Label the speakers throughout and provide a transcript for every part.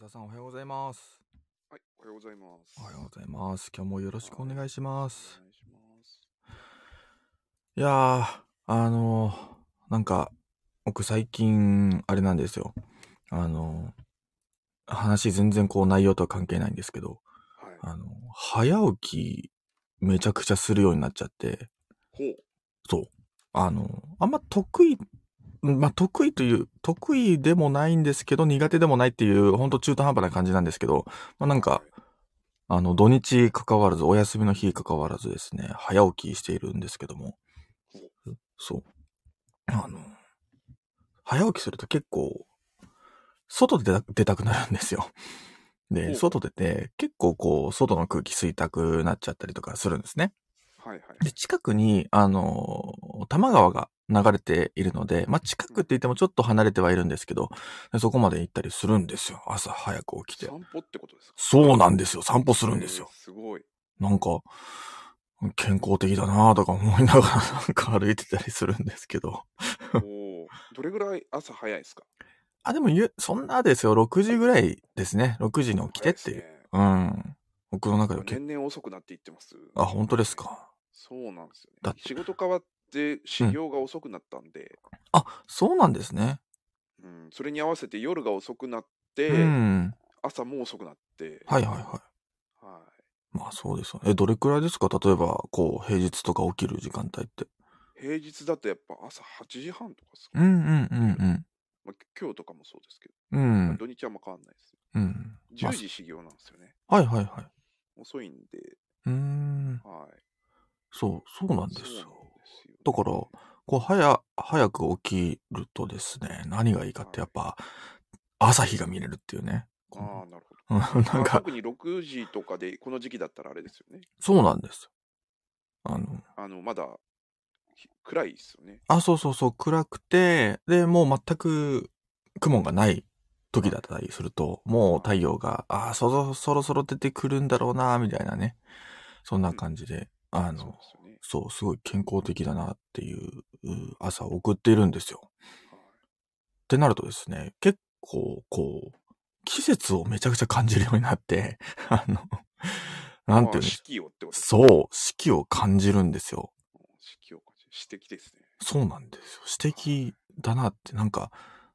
Speaker 1: 田さんおはようございます。
Speaker 2: はい、おはようございます。
Speaker 1: おはようございます。今日もよろしくお願いします
Speaker 2: お。願いします。
Speaker 1: いやー、あのー、なんか、僕最近、あれなんですよ。あのー、話全然こう内容とは関係ないんですけど、
Speaker 2: はい。
Speaker 1: あの、早起きめちゃくちゃするようになっちゃって、
Speaker 2: ほう。
Speaker 1: そう。あの、あんま得意、まあ、得意という、得意でもないんですけど、苦手でもないっていう、ほんと中途半端な感じなんですけど、まあ、なんか、あの、土日関わらず、お休みの日関わらずですね、早起きしているんですけども、そう。あの、早起きすると結構、外で出た出たくなるんですよ。
Speaker 2: ほ
Speaker 1: で、
Speaker 2: う
Speaker 1: 外出て、結構こう、外の空気吸いたくなっちゃったりとかするんですね。
Speaker 2: はいはい。
Speaker 1: で、近くに、あのー、多摩川が流れているので、まあ、近くって言ってもちょっと離れてはいるんですけど、でそこまで行ったりするんですよ。朝早く起きて。
Speaker 2: 散歩ってことですか
Speaker 1: そうなんですよ。散歩するんですよ
Speaker 2: えー。すごい。
Speaker 1: なんか、健康的だなとか思いながら なんか歩いてたりするんですけど。
Speaker 2: おお。どれぐらい朝早いですか
Speaker 1: あ、でもゆ、そんなですよ。6時ぐらいですね。6時に起きてってい
Speaker 2: 早
Speaker 1: う。
Speaker 2: ですね
Speaker 1: うん。僕の中では結
Speaker 2: 年々遅くなっていってます。
Speaker 1: あ、本当です。か。
Speaker 2: そうなんですよ
Speaker 1: だ
Speaker 2: ね
Speaker 1: っ。て
Speaker 2: 仕事変わって始業が遅くなったんで、
Speaker 1: あ、そうなんですね。
Speaker 2: うん、それに合わせて夜が遅くなって、
Speaker 1: うん。
Speaker 2: 朝も遅くなって、
Speaker 1: はいはいはい。
Speaker 2: は
Speaker 1: まあそうですよね。え、どれくらいですか例えば、こう、平日とか起きる時間帯って。
Speaker 2: い。平日だとやっぱ朝8時半とかですか、
Speaker 1: うんうんうん
Speaker 2: まあ、今日とかもそうですけど、
Speaker 1: うん。う
Speaker 2: まあ
Speaker 1: ん。
Speaker 2: 土日はあんま変わんないです。
Speaker 1: うん。まあ
Speaker 2: 10時始業なんですよね。
Speaker 1: はいはいはい。
Speaker 2: 遅いんで、
Speaker 1: うーん。
Speaker 2: はい。
Speaker 1: そう、そうなんです
Speaker 2: そう
Speaker 1: よ。
Speaker 2: ですよね
Speaker 1: だからこう、早、早く起きるとですね、何がいいかってやっぱ、朝日が見れるっていうね。こ
Speaker 2: あ
Speaker 1: の
Speaker 2: あ、なるほど。
Speaker 1: うん なん
Speaker 2: まあ
Speaker 1: か、
Speaker 2: 特に6時とかで、この時期だったらあれですよね。
Speaker 1: そうなんです。あの、
Speaker 2: あの、まだひ暗いですよね。
Speaker 1: あ、そうそうそう、暗くて、で、もう全く雲がない時だったりすると、もう太陽が、ああ、そろそろそろ出てくるんだろうな、みたいなね。そんな感じで、あの
Speaker 2: そうで、すよね。
Speaker 1: そう、すごい健康的だなっていうう朝を送っているんですよ。
Speaker 2: はい
Speaker 1: ってなるとですね、結構こう、季節をめちゃくちゃ感じるようになって、 あの、なんていう
Speaker 2: まあ
Speaker 1: んで
Speaker 2: 四
Speaker 1: す
Speaker 2: 季をってことですね。
Speaker 1: そう、四季を感じるんですよ。
Speaker 2: 四季を感じる。詩的ですね。
Speaker 1: そうなんですよ。詩的だなって、なんか、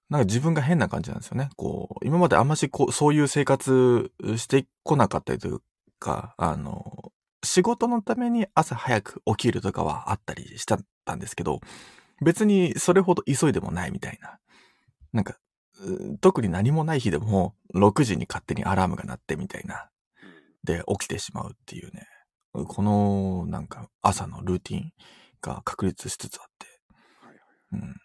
Speaker 1: なんか自分が変な感じなんですよね。こう、今まであんましこう、そういう生活してこなかったりというか、あの、仕事のために朝早く起きるとかはあったりしたたんですけど、別にそれほど急いでもないみたいな。なんか、うん特に何もない日でも、6時に勝手にアラームが鳴ってみたいな。
Speaker 2: うん
Speaker 1: で起きてしまうっていうね、このなんか朝のルーティンが確立しつつあって、
Speaker 2: はいはい。
Speaker 1: うん。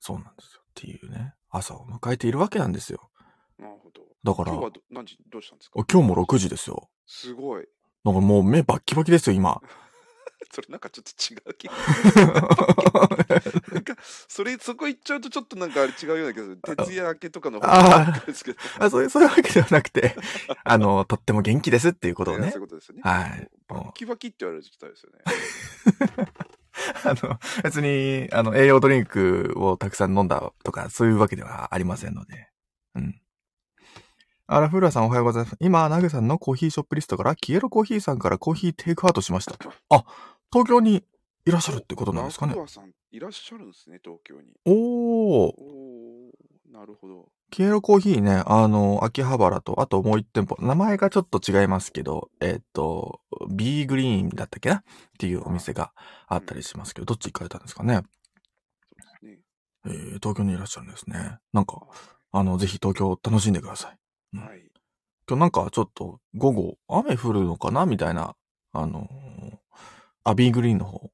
Speaker 1: そうなんですよ。っていうね、朝を迎えているわけなんですよ。
Speaker 2: なるほど。
Speaker 1: だから、
Speaker 2: 今日は
Speaker 1: あ
Speaker 2: ど何時、どうしたんですか
Speaker 1: 今日も6時ですよ。
Speaker 2: すごい。
Speaker 1: だからもう目バッキバキですよ、 今。
Speaker 2: それなんかちょっと違う気が。 なんか、それ、そこ行っちゃうとちょっとなんかあれ違うような気がする。徹夜明けとかの方
Speaker 1: あ
Speaker 2: が
Speaker 1: ー
Speaker 2: ですけど。
Speaker 1: あそういう、そういうわけではなくて、あの、とっても元気ですっていうことを
Speaker 2: いや
Speaker 1: ね
Speaker 2: そうい。うことですよね。
Speaker 1: はい。
Speaker 2: バッキバキって言われる時代ですよね。
Speaker 1: あの、別に、あの、栄養ドリンクをたくさん飲んだとか、そういうわけではありませんので。うん。あら、フーラさんおはようございます。今、ナグさんのコーヒーショップリストから、キエロコーヒーさんからコーヒーテイクアウトしました。あ、東京にいらっしゃるってことなんですかね
Speaker 2: ラフ。アさんいらっしゃるんですね、東京に。
Speaker 1: おー
Speaker 2: お、お、なるほど。
Speaker 1: キエロコーヒーね、あの、秋葉原と、あともう一店舗、名前がちょっと違いますけど、えっ、と、ビーグリーンだったっけなっていうお店があったりしますけど、どっち行かれたんですかね。
Speaker 2: そうですね。
Speaker 1: えー東京にいらっしゃるんですね。なんか、
Speaker 2: は
Speaker 1: あの、ぜひ東京楽しんでください。うん
Speaker 2: い。
Speaker 1: 今日なんかちょっと午後雨降るのかなみたいな、あのーアビーグリーンの方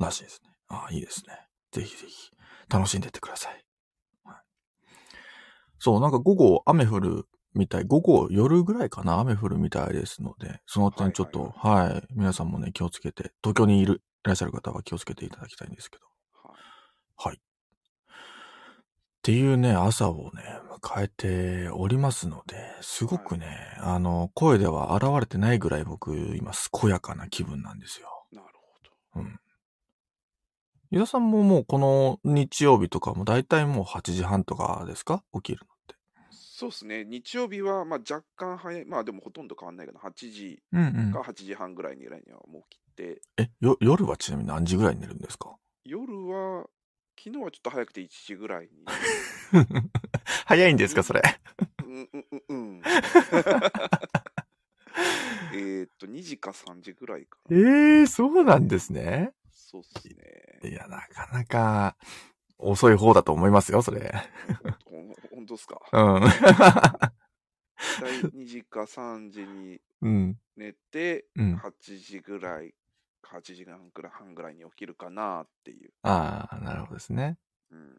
Speaker 1: らしいですね。ああ、いいですね。ぜひぜひ楽しんでってください。はいそう、なんか午後雨降るみたい、午後夜ぐらいかな雨降るみたいですので、その点ちょっと、はい皆さんもね、気をつけて、東京にいる、いらっしゃる方は気をつけていただきたいんですけど。
Speaker 2: はい。
Speaker 1: っていうね、朝をね、迎えておりますので、すごくね、あの、声では現れてないぐらい僕、今、健やかな気分なんですよ。
Speaker 2: なるほど。
Speaker 1: 伊田さんももうこの日曜日とかも大体もう8時半とかですか起きるのって。
Speaker 2: そうですね、日曜日はまあ若干早い、まあでもほとんど変わんないかな、8時
Speaker 1: うんうん
Speaker 2: か。8時半ぐらいにはもう切って、
Speaker 1: え、よ、夜はちなみに何時ぐらいに寝るんですか
Speaker 2: 夜は、昨日はちょっと早くて1時 ぐらいに。
Speaker 1: 早いんですか、それ。
Speaker 2: うんうんうん うん。えーっと、2時か3時ぐらいか
Speaker 1: え
Speaker 2: な。
Speaker 1: ー、そうなんですね。
Speaker 2: そうっすね。
Speaker 1: いや、なかなか、遅い方だと思いますよ、それ。
Speaker 2: ほんほんと っすか。
Speaker 1: うん。
Speaker 2: 大体2時か3時に
Speaker 1: うん。
Speaker 2: 寝て、
Speaker 1: うん。
Speaker 2: 8時ぐらい、8時半ぐらい半ぐらいに起きるかなっていう。
Speaker 1: ああ、なるほどですね。
Speaker 2: うん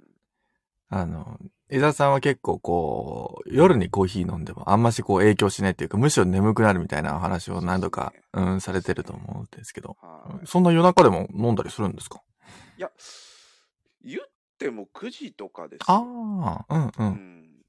Speaker 1: あの、江田さんは結構こう、夜にコーヒー飲んでもあんましこう影響しないっていうか、むしろ眠くなるみたいなお話を何度か、
Speaker 2: そうですね
Speaker 1: うん、されてると思うんですけど、
Speaker 2: はい
Speaker 1: そんな夜中でも飲んだりするんですか
Speaker 2: いや、言っても9時とかですよ。
Speaker 1: ああ、うんう。
Speaker 2: うんん、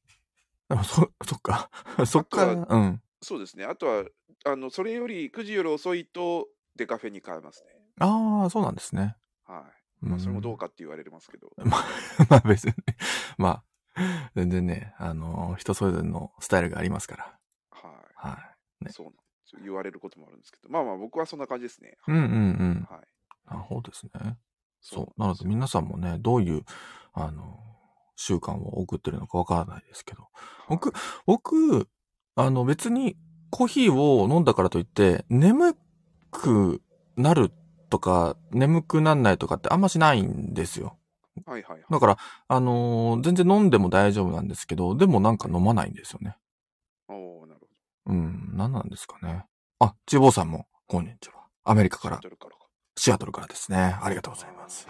Speaker 1: でもそ、 そっ か。そっから、
Speaker 2: あと
Speaker 1: うん。
Speaker 2: そうですね。あとは、あのそれより9時より遅いとデカフェに変えますね。
Speaker 1: ああ、そうなんですね。
Speaker 2: は
Speaker 1: う
Speaker 2: い。
Speaker 1: ん、
Speaker 2: それもどうかって言われますけど。
Speaker 1: まあ、 まあ別に。 まあ、全然ね、あの、人それぞれのスタイルがありますから。
Speaker 2: は
Speaker 1: はい。ね
Speaker 2: い。そうなんですよ言われることもあるんですけど。まあまあ、僕はそんな感じですね。
Speaker 1: うんうんうん。
Speaker 2: はい。
Speaker 1: なるほどですね。そう。な
Speaker 2: なん
Speaker 1: の
Speaker 2: す
Speaker 1: で
Speaker 2: よ
Speaker 1: 皆さんもね、どういう、あの、習慣を送ってるのかわからないですけど。僕、僕、あの別にコーヒーを飲んだからといって、眠くなるとか、眠くなんないとかってあんましないんですよ。
Speaker 2: はいはいはい。
Speaker 1: だから、あのー全然飲んでも大丈夫なんですけど、でもなんか飲まないんですよね。
Speaker 2: おおなるほど。
Speaker 1: うん、何なんですかね。あ、ちぼうさんも、こんにちは。アメリカ
Speaker 2: シ
Speaker 1: か
Speaker 2: ャ
Speaker 1: ら
Speaker 2: ト、ルからか。
Speaker 1: シアトルからですね。ありがとうございます。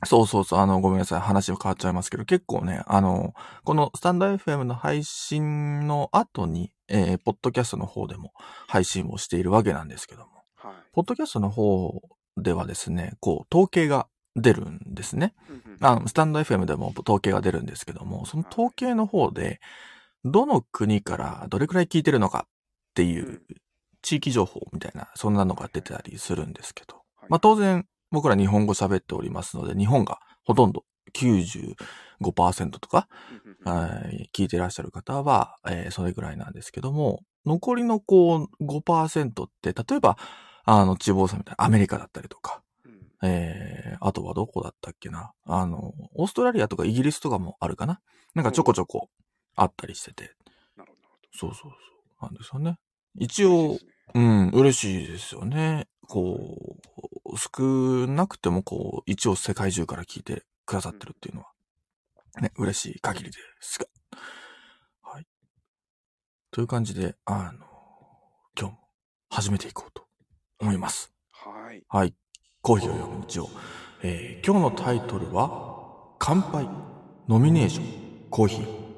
Speaker 2: あ
Speaker 1: そうそうそう、あの、ごめんなさい、話は変わっちゃいますけど、結構ね、あの、このスタンド FM の配信の後に、えーポッドキャストの方でも配信をしているわけなんですけども、
Speaker 2: ー。はい。
Speaker 1: ポッドキャストの方ではですね、こう、統計が出るんですね。
Speaker 2: うんうん
Speaker 1: あのスタンド FM でも統計が出るんですけども、その統計の方で、どの国からどれくらい聞いてるのかっていううん地域情報みたいな、そんなのが出てたりするんですけど、
Speaker 2: はい
Speaker 1: まあ当然僕ら日本語喋っておりますので、日本がほとんど95%とか、
Speaker 2: うんうんうん
Speaker 1: はい聞いてらっしゃる方は、えーそれぐらいなんですけども、残りのこう5%って、例えば、あの、地方さんみたいなアメリカだったりとか、
Speaker 2: うん
Speaker 1: えー、あとはどこだったっけな。あの、オーストラリアとかイギリスとかもあるかな。なんかちょこちょこあったりしてて。
Speaker 2: なるほどなるほど。
Speaker 1: そうそうそう。なんですよね。一
Speaker 2: 嬉しい
Speaker 1: 応
Speaker 2: で、すね
Speaker 1: うん、嬉しいですよね。こう、少なくてもこう、一応世界中から聞いてくださってるっていうのは、ね、嬉しい限りですが。はい。という感じで、あの、今日も始めていこうと思います。
Speaker 2: はい。
Speaker 1: はい。コーヒーを読む道を。えー今日のタイトルは、乾杯、ノミネーション、コーヒー。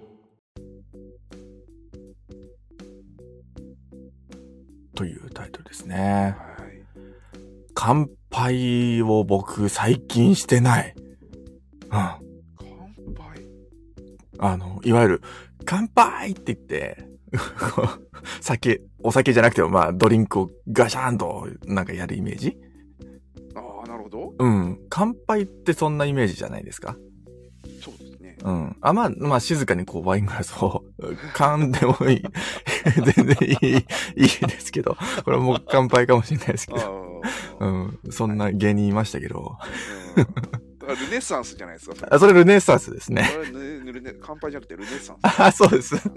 Speaker 1: というタイトルですね。
Speaker 2: はい。
Speaker 1: 乾杯を僕最近してない。うん。あ
Speaker 2: 乾杯。
Speaker 1: の、いわゆる、乾杯って言って、 こう酒、お酒じゃなくても、まあ、ドリンクをガシャーンと、なんかやるイメージ
Speaker 2: ああ、なるほど。
Speaker 1: うん。乾杯ってそんなイメージじゃないですか。
Speaker 2: そうですね。
Speaker 1: うん。あ、まあ、まあ、静かにこう、ワイングラスを、 噛んでもい い。全然いい、いいですけど。これはもう乾杯かもしれないですけ
Speaker 2: あ
Speaker 1: ど。
Speaker 2: あ。
Speaker 1: う
Speaker 2: うん
Speaker 1: ん。そんな芸人いましたけど。
Speaker 2: だからルネッサンスじゃないですか。それ
Speaker 1: あ、それルネッサンスですね。
Speaker 2: あれぬぬるね、乾杯じゃなくてルネッサンス。
Speaker 1: あ、そうです。ち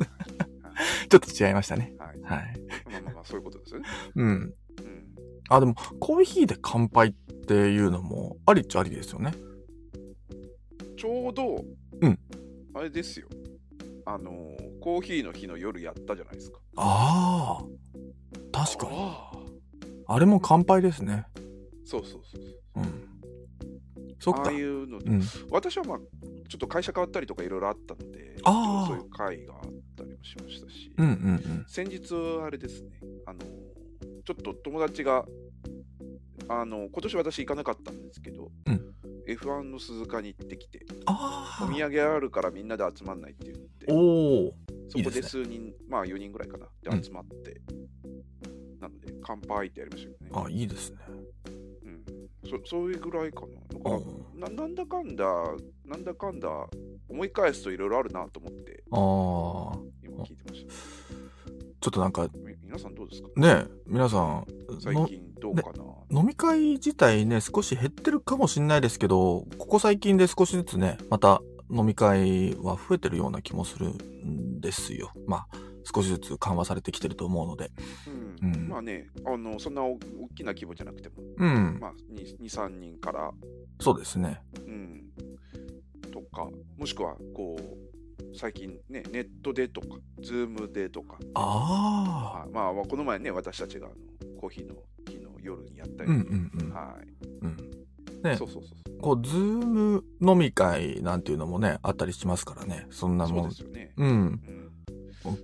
Speaker 1: ょ
Speaker 2: は
Speaker 1: っと違いましたね。
Speaker 2: い。
Speaker 1: はい。
Speaker 2: まあまあまあ、そういうことですよね。
Speaker 1: うん。
Speaker 2: うん。
Speaker 1: あ、でも、コーヒーで乾杯っていうのも、ありっちゃありですよね。
Speaker 2: ちょうど、
Speaker 1: うん
Speaker 2: あれですよ。あのー、コーヒーの日の夜やったじゃないですか。
Speaker 1: ああ。確かに。
Speaker 2: ああ
Speaker 1: あれも乾杯ですね。
Speaker 2: そうそうそう
Speaker 1: う
Speaker 2: そう。
Speaker 1: ん。そっ
Speaker 2: あ
Speaker 1: か
Speaker 2: あい。うので、
Speaker 1: うん。
Speaker 2: 私はまあ、ちょっと会社変わったりとかいろいろあったので、
Speaker 1: ああ
Speaker 2: そういう会があったりもしましたし、
Speaker 1: うんうんうん。
Speaker 2: 先日、あれですね、あのー、ちょっと友達が、あのー、今年私行かなかったんですけど、
Speaker 1: うん
Speaker 2: F1 の鈴鹿に行ってきて、
Speaker 1: ああ。
Speaker 2: お土産あるからみんなで集まんないって言って、
Speaker 1: おお。
Speaker 2: そ
Speaker 1: い
Speaker 2: こ
Speaker 1: い
Speaker 2: で
Speaker 1: です
Speaker 2: 数人、まあ4人ぐらいかな、
Speaker 1: うん
Speaker 2: で集まって、なので、乾杯ってやりましたよね。
Speaker 1: あ、いいですね。
Speaker 2: うん、そそういうぐらいかな。だ
Speaker 1: う
Speaker 2: か
Speaker 1: ん。
Speaker 2: らななんだかんだ、なんだかんだ、思い返すといろいろあるなと思って、
Speaker 1: あー
Speaker 2: 今聞いてました
Speaker 1: ちょっとなんか
Speaker 2: み皆さんどうですか
Speaker 1: ね皆さん
Speaker 2: 最
Speaker 1: の
Speaker 2: 近どうかな
Speaker 1: 飲み会自体ね少し減ってるかもしれないですけどここ最近で少しずつねまた飲み会は増えてるような気もするんですよまあ少しずつ緩和されてきてると思うので
Speaker 2: うん
Speaker 1: うん
Speaker 2: まあねあのそんなお大きな規模じゃなくても
Speaker 1: うん
Speaker 2: まあ23人から
Speaker 1: そうですね
Speaker 2: うんとかもしくはこう最近ねネットでとかズームでとか
Speaker 1: あ
Speaker 2: はいまあこの前ね私たちがあのコーヒーの日の夜にやった
Speaker 1: あ
Speaker 2: り、
Speaker 1: うんうんうん
Speaker 2: はい、
Speaker 1: うんね
Speaker 2: そうそうそう
Speaker 1: こうズーム飲み会なんていうのもねあったりしますからねそんな
Speaker 2: そう
Speaker 1: も
Speaker 2: で
Speaker 1: ん
Speaker 2: すよね、
Speaker 1: うん
Speaker 2: うん
Speaker 1: お
Speaker 2: 最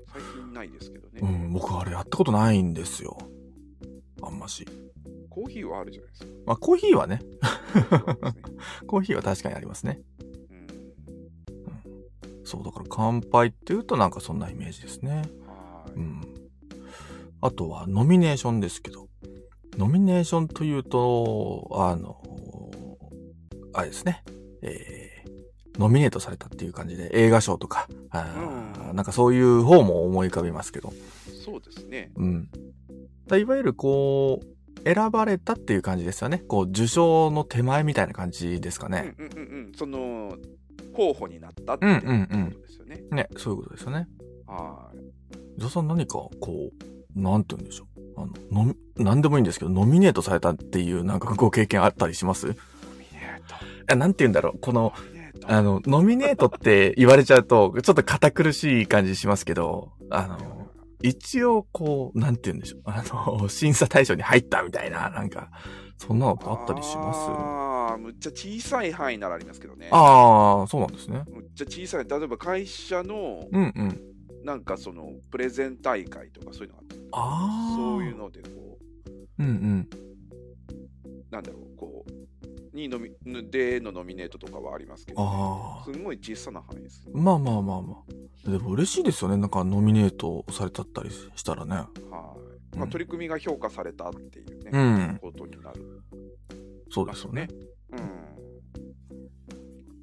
Speaker 2: 近ないですけどね、
Speaker 1: うん僕あれやったことないんですよあんまし
Speaker 2: コーヒーはあるじゃないですか
Speaker 1: まあコーヒーはね
Speaker 2: コ ーヒーはですね、
Speaker 1: コーヒーは確かにありますね
Speaker 2: うん
Speaker 1: そう、だから乾杯っていうとなんかそんなイメージですね。
Speaker 2: は
Speaker 1: う
Speaker 2: い
Speaker 1: ん。あとはノミネーションですけど、ノミネーションというと、あの、あれですね、えー、ノミネートされたっていう感じで映画賞とか、あー
Speaker 2: うん
Speaker 1: なんかそういう方も思い浮かびますけど、
Speaker 2: そうですね
Speaker 1: うん。だいわゆるこう、選ばれたっていう感じですよね。こう、受賞の手前みたいな感じですか
Speaker 2: う
Speaker 1: ね
Speaker 2: ん。うんうんうんその候補になったって
Speaker 1: うん
Speaker 2: い
Speaker 1: うんうん
Speaker 2: うことですよね、
Speaker 1: ね、そういうことですよね。
Speaker 2: はい
Speaker 1: 伊沢さん何かこう、なんて言うんでしょう。あの、のみ、なんでもいいんですけど、ノミネートされたっていうなんかご経験あったりしますい
Speaker 2: ノミネート
Speaker 1: や、なんて言うんだろう。この、
Speaker 2: ノミネート
Speaker 1: あの、ノミネートって言われちゃうと、 ちょっと堅苦しい感じしますけど、あの、一応こう、なんて言うんでしょう。あの、審査対象に入ったみたいな、なんか、そんなのってあったりします
Speaker 2: ああ、むっちゃ小さい範囲ならありますけどね。
Speaker 1: ああ、そうなんですね。
Speaker 2: むっちゃ小さい、例えば会社の
Speaker 1: うんうん。
Speaker 2: なんかそのプレゼン大会とかそういうのがあって、
Speaker 1: ああ。
Speaker 2: そういう。のでこ
Speaker 1: うんうん。
Speaker 2: う、なんだろう、こう、にのみでのノミネートとかはありますけど、
Speaker 1: ああ。
Speaker 2: すんごい小さな範囲です。
Speaker 1: まあまあまあまあ。でも嬉しいですよね。なんかノミネートされちゃったりしたらね。
Speaker 2: はい。ま
Speaker 1: う
Speaker 2: あ、
Speaker 1: ん
Speaker 2: 取り組みが評価されたっていうね、
Speaker 1: うん
Speaker 2: ことになる。
Speaker 1: そうですよね。
Speaker 2: うん。
Speaker 1: へ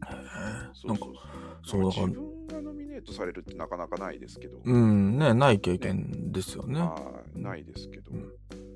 Speaker 1: え
Speaker 2: そ
Speaker 1: な
Speaker 2: うん
Speaker 1: か
Speaker 2: そう
Speaker 1: そ
Speaker 2: そうう。
Speaker 1: だから
Speaker 2: 自分がノミネートされるってなかなかないですけど、
Speaker 1: うん、ね、ない経験ですよね。
Speaker 2: はいないですけど。
Speaker 1: うん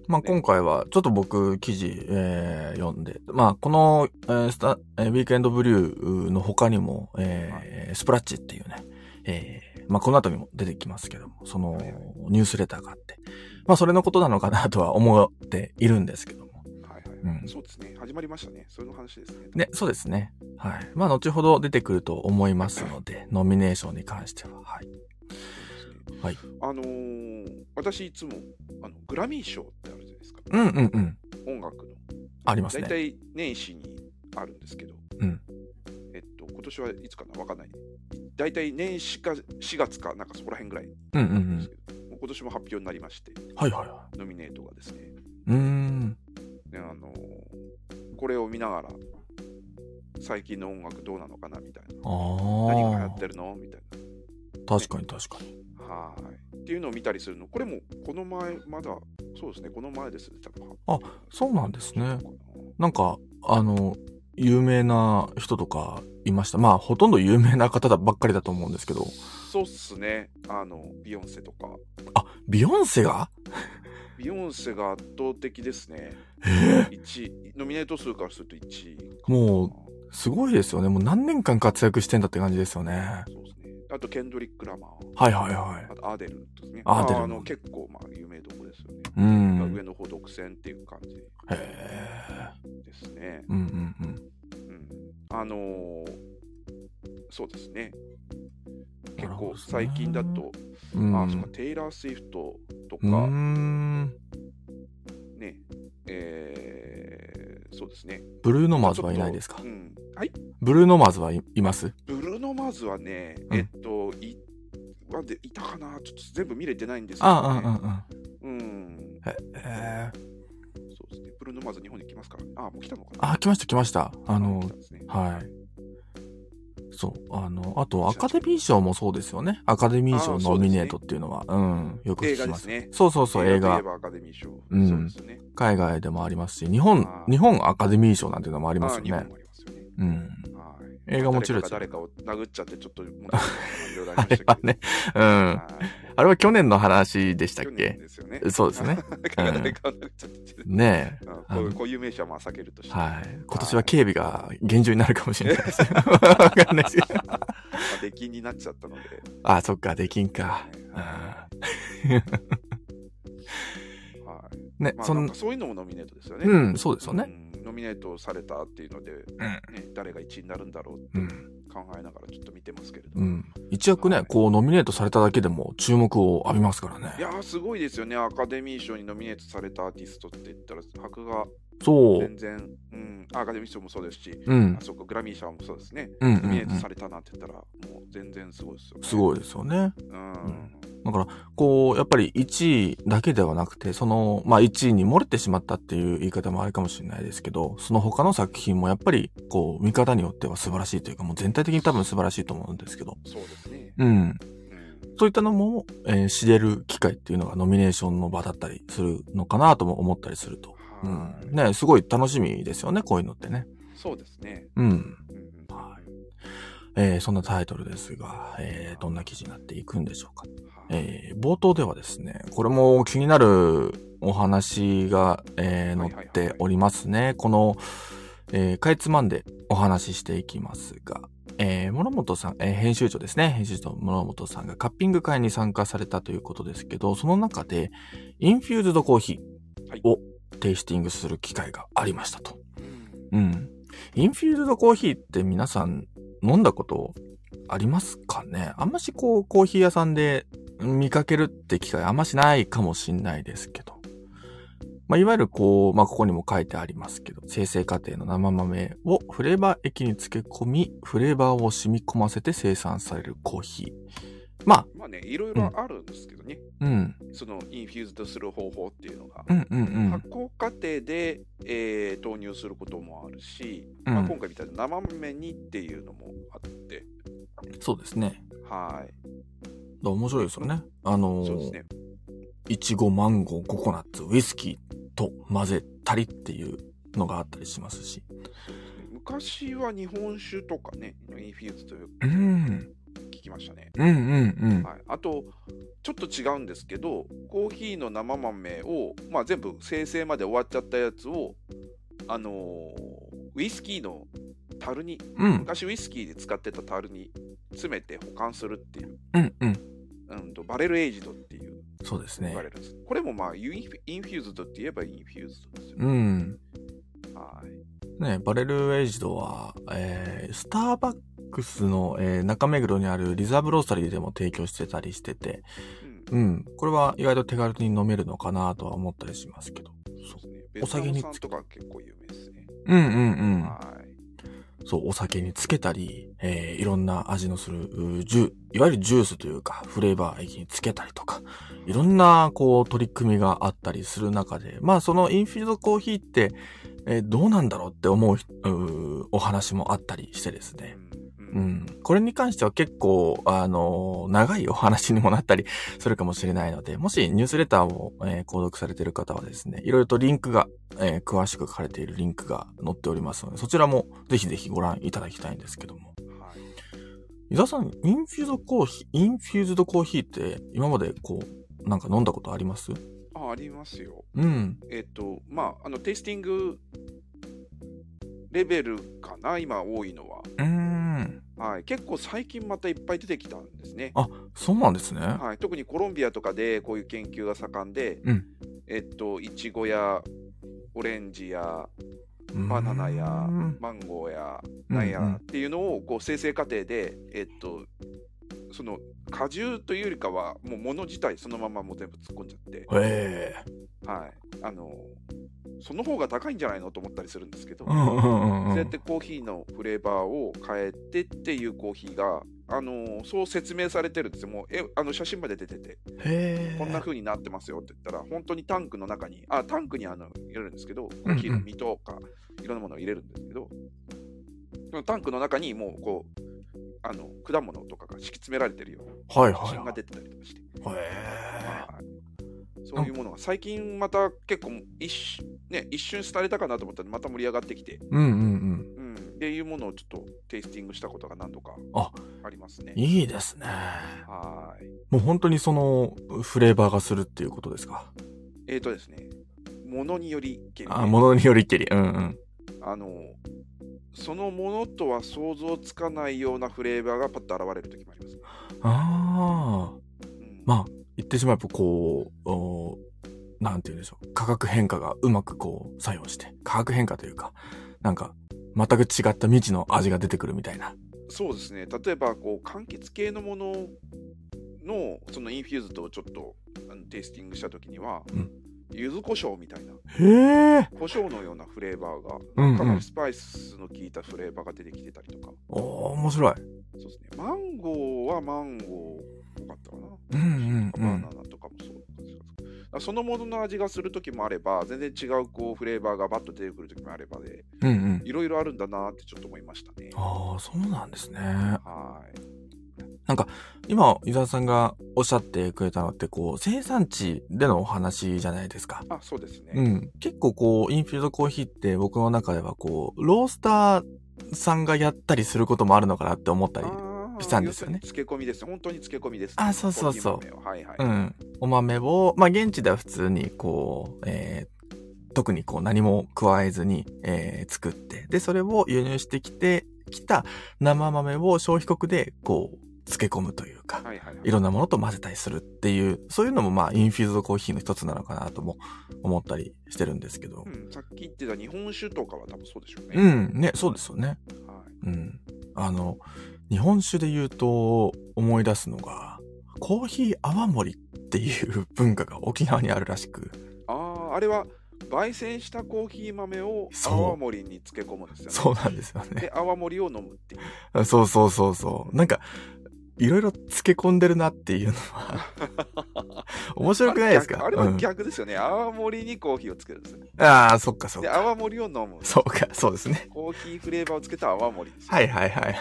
Speaker 1: まあ今回は、ちょっと僕、記事、えー読んで、まあこの、えースタえーウィークエンドブリューの他にも、えースプラッチっていうね、えーまあこの後にも出てきますけども、その
Speaker 2: はいはい
Speaker 1: ニュースレターがあって、まあそれのことなのかなとは思っているんですけども。
Speaker 2: はいはい、
Speaker 1: うん
Speaker 2: そうですね。始まりましたね。それの話ですね。
Speaker 1: ね、そうですね。はい。まあ、後ほど出てくると思いますので、ノミネーションに関しては。はい。はい
Speaker 2: あのー私いつもあのグラミー賞ってあるじゃないですか。
Speaker 1: うんうんうん。
Speaker 2: 音楽の。
Speaker 1: あります
Speaker 2: 大
Speaker 1: ね。
Speaker 2: 体年始にあるんですけど、
Speaker 1: うん
Speaker 2: えっと、今年はいつかなわかんない。大体年始か4月か、なんかそこら辺ぐらい
Speaker 1: うんう
Speaker 2: なんです
Speaker 1: ん
Speaker 2: けど、もう今年も発表になりまして、
Speaker 1: うん。はいはいは
Speaker 2: ノミネートがですね、
Speaker 1: い。うーん。
Speaker 2: ねあのーこれを見ながら、最近の音楽どうなのかなみたいな。
Speaker 1: あ
Speaker 2: 何が流行
Speaker 1: あ
Speaker 2: ってるのみたいな。
Speaker 1: 確かに確かに。
Speaker 2: はい。っていうのを見たりするの、これもこの前、まだ、そうですね、この前ですね、多分
Speaker 1: あそうなんですね
Speaker 2: そうかな
Speaker 1: なんか、あの、有名な人とかいました。まあ、ほとんど有名な方だばっかりだと思うんですけど。
Speaker 2: そうっすね、あの、ビヨンセとか。
Speaker 1: あ、ビヨンセが
Speaker 2: ビヨンセが圧倒的ですね。
Speaker 1: え
Speaker 2: 1位、ノミネート数からすると1位。
Speaker 1: もえすごいですよね。もう何年間活躍してんだって感じですよね。
Speaker 2: そうですね。あと、ケンドリック・ラマー。
Speaker 1: はいはいはい
Speaker 2: あと、アデルですね。
Speaker 1: アデル
Speaker 2: まああの結構、まあ、有名どころですよね。
Speaker 1: う
Speaker 2: まあ
Speaker 1: ん。
Speaker 2: 上の方独占っていう感じ
Speaker 1: へえ。
Speaker 2: ですね。
Speaker 1: うんうんうん。
Speaker 2: うん。あのーそうですね。
Speaker 1: な
Speaker 2: 結
Speaker 1: るほど
Speaker 2: 構
Speaker 1: ですね
Speaker 2: 最近だと、
Speaker 1: うん、
Speaker 2: あそうかテイラー・スウィフトと
Speaker 1: う
Speaker 2: か、
Speaker 1: ーん。
Speaker 2: ね、えーそうですね。
Speaker 1: ブルーノマー
Speaker 2: ち
Speaker 1: ズ
Speaker 2: ょっ
Speaker 1: はい
Speaker 2: と
Speaker 1: ないですか
Speaker 2: うん、はい、
Speaker 1: ブルーノマーズはいいます
Speaker 2: ブルーノ・マーズはね、
Speaker 1: うん
Speaker 2: えっと、いなんでいたかな、ちょっと全部見れてないんですけ
Speaker 1: ああ、
Speaker 2: ど、ね、
Speaker 1: あ
Speaker 2: うん、
Speaker 1: あ、ああ。えー、
Speaker 2: そうですね、ブルーノ・マーズ、日本に来ますからね、あもう来たのかな。
Speaker 1: あ、来ました来ました。あの
Speaker 2: 来、たんですね
Speaker 1: はい。そう。あの、あと、アカデミー賞もそうですよね。アカデミー賞
Speaker 2: あー
Speaker 1: ノ
Speaker 2: そうで
Speaker 1: ミ
Speaker 2: すね
Speaker 1: ネートっていうのは、うん、よく聞
Speaker 2: 映
Speaker 1: き
Speaker 2: 画で
Speaker 1: ますす。
Speaker 2: ね。
Speaker 1: そうそうそう、映
Speaker 2: とい
Speaker 1: 画
Speaker 2: え。ばアカデミー賞、
Speaker 1: うん
Speaker 2: そうですね。
Speaker 1: 海外でもありますし、日本
Speaker 2: あ、ー
Speaker 1: 日本アカデミー賞なんていうのもあり
Speaker 2: あ
Speaker 1: ますよ
Speaker 2: 日本
Speaker 1: ね
Speaker 2: も。ありますよね。
Speaker 1: うん。
Speaker 2: はい。
Speaker 1: 映画もちろん。
Speaker 2: 誰かが誰かを殴っちゃってちょっと問題になったのがいろいろあ
Speaker 1: あ
Speaker 2: りま
Speaker 1: れ
Speaker 2: した
Speaker 1: は
Speaker 2: けど
Speaker 1: ね、うん。あれは去年の話でした
Speaker 2: だ
Speaker 1: っ
Speaker 2: っけ
Speaker 1: け
Speaker 2: ですよね。
Speaker 1: そう ですね。
Speaker 2: 誰かが誰かを殴っちゃってて
Speaker 1: ねえ。
Speaker 2: うんこういうこういう名詞はまあ避けるとして。
Speaker 1: はい。今年は警備が厳重になるかもしれない ですね。わかんないですけど。
Speaker 2: まあ、出禁になっちゃったので。
Speaker 1: あ、そっか、できんか。
Speaker 2: は
Speaker 1: う
Speaker 2: い。
Speaker 1: んね、
Speaker 2: まあ、
Speaker 1: そ
Speaker 2: なん
Speaker 1: ん
Speaker 2: か、そういうのもノミネートですよね。、
Speaker 1: うんん、そうですよね。
Speaker 2: ノミネートされたっていうので、ね、誰が1位になるんだろう
Speaker 1: う
Speaker 2: って
Speaker 1: ん。
Speaker 2: 考えながらちょっと見てますけれ
Speaker 1: う
Speaker 2: ども。
Speaker 1: ん。一躍ね、こう、ノミネートされただけでも注目を浴びますから
Speaker 2: い
Speaker 1: ね。
Speaker 2: やーすごいですよね、アカデミー賞にノミネートされたアーティストって言ったら、箔が
Speaker 1: そう
Speaker 2: 全。然、うん、アカデミー賞もそうですし、
Speaker 1: うん
Speaker 2: あ。そこグラミー賞もそうですね、
Speaker 1: うん、う
Speaker 2: ノ
Speaker 1: んう
Speaker 2: ミネート
Speaker 1: ん
Speaker 2: さ。れたなんて言ったら、もう全然すごいですよ、ね。
Speaker 1: すごいですよね。
Speaker 2: うん。
Speaker 1: こう、やっぱり1位だけではなくて、その、まあ1位に漏れてしまったっていう言い方もあれかもしれないですけど、その他の作品もやっぱり、こう、見方によっては素晴らしいというか、もう全体的に多分素晴らしいと思うんですけど、
Speaker 2: そうですね。
Speaker 1: うん。
Speaker 2: うん
Speaker 1: そういったのも、えー知れる機会っていうのがノミネーションの場だったりするのかなとも思ったりすると。う
Speaker 2: は
Speaker 1: ん
Speaker 2: い。
Speaker 1: ね、すごい楽しみですよね、こういうのってね。
Speaker 2: そうですね。
Speaker 1: うん。
Speaker 2: うん
Speaker 1: はいえーそんなタイトルですが、えーどんな記事になっていくんでしょうか。えー冒頭ではですね、これも気になるお話が、えー
Speaker 2: はいはい
Speaker 1: 載
Speaker 2: はい
Speaker 1: っておりますね。この、えーかいつまんでお話ししていきますが、えー諸本さん、えー編集長ですね。編集長の諸本さんがカッピング会に参加されたということですけど、その中で、インフューズドコーヒ
Speaker 2: はい
Speaker 1: ーをテイスティングする機会がありましたと。
Speaker 2: うん
Speaker 1: うん。インフィールドコーヒーって皆さん飲んだことありますかねあんましこうコーヒー屋さんで見かけるって機会あんましないかもしんないですけど。まあ、いわゆるこう、まあ、ここにも書いてありますけど、生成過程の生豆をフレーバー液に漬け込み、フレーバーを染み込ませて生産されるコーヒー。ま
Speaker 2: まあね、いろいろあるんですけどね、
Speaker 1: あ、うん、
Speaker 2: そのインフューズドする方法っていうのが。
Speaker 1: うん、うん、うん
Speaker 2: 発。酵過程で、えー投入することもあるし、
Speaker 1: うん
Speaker 2: まあ、今回みたいな生豆にっていうのもあって、
Speaker 1: そうですね。
Speaker 2: はい、
Speaker 1: だから面白いですよね。あのー
Speaker 2: そうですね。
Speaker 1: いちご、マンゴー、ココナッツ、ウイスキーと混ぜたりっていうのがあったりしますし。
Speaker 2: 昔は日本酒とかね、インフューズという
Speaker 1: うん。
Speaker 2: 聞きましたね。
Speaker 1: うんうんうん。
Speaker 2: はい、あと、ちょっと違うんですけど、コーヒーの生豆を、まあ、全部生成まで終わっちゃったやつを、あのーウイスキーの樽に、
Speaker 1: うん
Speaker 2: 昔ウイスキーで使ってた樽に詰めて保管するっていう、
Speaker 1: うんうん。
Speaker 2: うんと、バレルエイジドっていう
Speaker 1: そうです
Speaker 2: 言
Speaker 1: ね
Speaker 2: わ。れるんです。これもまあ、ユインフインフューズドって言えばインフューズドですよね。
Speaker 1: うん。
Speaker 2: はい。
Speaker 1: ね、バレルエイジドは、えー、スターバックスの、えー中目黒にあるリザーブロースタリーでも提供してたりしてて、
Speaker 2: うん
Speaker 1: うん。これは意外と手軽に飲めるのかなとは思ったりしますけど。
Speaker 2: そうですね。
Speaker 1: お酒に
Speaker 2: ベトナムさんとか結構有名ですね。
Speaker 1: うんうんうん。
Speaker 2: はい。
Speaker 1: そう、お酒につけたり、えーいろんな味のする、うジュ、いわゆるジュースというか、フレーバー液につけたりとか、いろんな、こう、取り組みがあったりする中で、まあ、そのインフィールドコーヒーって、えーどうなんだろうって思ううー、お話もあったりしてですね。
Speaker 2: うん
Speaker 1: う。ん。これに関しては結構、あのー長いお話にもなったりするかもしれないので、もしニュースレターを、えー購読されている方はですね、いろいろとリンクが、えー詳しく書かれているリンクが載っておりますので、そちらもぜひぜひご覧いただきたいんですけども。
Speaker 2: はい
Speaker 1: 伊沢さん、インフューズドコーヒー、インフューズドコーヒーって今までこう、なんか飲んだことあります
Speaker 2: あありますよ。
Speaker 1: うん。
Speaker 2: えっ、と、まあ、あの、テイスティングレベルかな、今多いのは。
Speaker 1: うーん。
Speaker 2: はい。結構最近またいっぱい出てきたんですね。
Speaker 1: そうなんですね。
Speaker 2: はい、特にコロンビアとかでこういう研究が盛んで、
Speaker 1: うん
Speaker 2: えっと、いちごやオレンジや
Speaker 1: バ
Speaker 2: バナナや
Speaker 1: うん
Speaker 2: マンゴーや
Speaker 1: うん
Speaker 2: なんやっていうのをこう生成過程で、えっと、その果汁というよりかはもう物自体そのままもう全部突っ込んじゃって、
Speaker 1: へえ。
Speaker 2: はい、あのその方が高いんじゃないのと思ったりするんですけど、
Speaker 1: うんうんうんうん。
Speaker 2: そうやってコーヒーのフレーバーを変えてっていうコーヒーが、あのそう説明されてるんですよもうえあの写真まで出てて
Speaker 1: へえ。
Speaker 2: こんな風になってますよって言ったら本当にタンクの中にあタンクにあの入れるんですけどコーヒーの実とかいろんなものを入れるんですけどそのタンクの中にもうこうあの果物とかが敷き詰められてるような
Speaker 1: はい
Speaker 2: 写
Speaker 1: はい
Speaker 2: 真
Speaker 1: は
Speaker 2: が
Speaker 1: い。
Speaker 2: 出てたりとかして、
Speaker 1: へ
Speaker 2: はいそういうものが最近また結構一,、ね、一瞬廃れたかなと思ったらまた盛り上がってきて、
Speaker 1: え。うんうんうん。
Speaker 2: うん、っていうものをちょっとテイスティングしたことが何度か
Speaker 1: あ
Speaker 2: ありますね。
Speaker 1: いいですね。
Speaker 2: はーい。
Speaker 1: もう本当にそのフレーバーがするっていうことですか。
Speaker 2: えーとですね、ものによりけりね
Speaker 1: あ、ものによりっきり。うんうん。
Speaker 2: あの、そのものとは想像つかないようなフレーバーがパッと現れる時もあります。
Speaker 1: ああ。
Speaker 2: うん
Speaker 1: まあ、言ってしまえばこう、おなんて言うんでしょう。化学変化がうまくこう作用して、化学変化というか、なんか、全く違った未知の味が出てくるみたいな。
Speaker 2: そうですね、例えばこう柑橘系のもののそのインフューズドをちょっとあのテイスティングした時には、
Speaker 1: うん
Speaker 2: 柚子胡椒みたいな
Speaker 1: へえ。
Speaker 2: 胡椒のようなフレーバーが、
Speaker 1: うんうん
Speaker 2: かなりスパイスの効いたフレーバーが出てきてたりとか、
Speaker 1: おー、面白い。
Speaker 2: そうですね、マンゴーはマンゴーっぽかったかな。
Speaker 1: うんうんう
Speaker 2: バ
Speaker 1: ん
Speaker 2: ナ。ナとかもそうですけどだからそのものの味がする時もあれば全然違うこうフレーバーがバッと出てくる時もあればで
Speaker 1: うんうん。
Speaker 2: いろいろあるんだなってちょっと思いましたね。
Speaker 1: ああ、そうなんですね。
Speaker 2: はい
Speaker 1: 今、伊沢さんがおっしゃってくれたのって、こう、生産地でのお話じゃないですか。
Speaker 2: あそうですね。
Speaker 1: うん。結構こう、インフィールドコーヒーって僕の中ではこう、ロースターさんがやったりすることもあるのかなって思ったり。
Speaker 2: あー
Speaker 1: したんですよね
Speaker 2: 要るに漬け込みです。本当に漬け込みです、
Speaker 1: あそうそうそう
Speaker 2: コーヒー豆をはいはい。
Speaker 1: うん。お豆を、まあ現地では普通にこう、えー特にこう何も加えずに、えー作って、で、それを輸入してきて、きた生豆を消費国でこう、漬け込むというか、
Speaker 2: はいはいはい
Speaker 1: いろんなものと混ぜたりするっていう、そういうのもまあインフィールドコーヒーの一つなのかなとも思ったりしてるんですけど。
Speaker 2: うん、さっき言ってた日本酒とかは多分そうでしょうね。
Speaker 1: うん、ね、そうですよね。
Speaker 2: はい、
Speaker 1: うん。あの、日本酒で言うと思い出すのが、コーヒー泡盛っていう文化が沖縄にあるらしく、
Speaker 2: ああ、あれは焙煎したコーヒー豆を
Speaker 1: そう
Speaker 2: 泡盛に漬け込むんですよね。
Speaker 1: そうなんですよね。
Speaker 2: で、泡盛を飲むっていう。
Speaker 1: そうそうそうそう。なんか、いろいろ漬け込んでるなっていうのは、 面白くないですか
Speaker 2: あれは
Speaker 1: うん
Speaker 2: 逆ですよね。泡盛にコーヒーをつけるんですよね。
Speaker 1: ああ、そっかそっ
Speaker 2: で、
Speaker 1: か。
Speaker 2: 泡盛を飲む。
Speaker 1: そうか、そうですね。
Speaker 2: コーヒーフレーバーをつけた泡盛ですよ
Speaker 1: はいはいはい はい。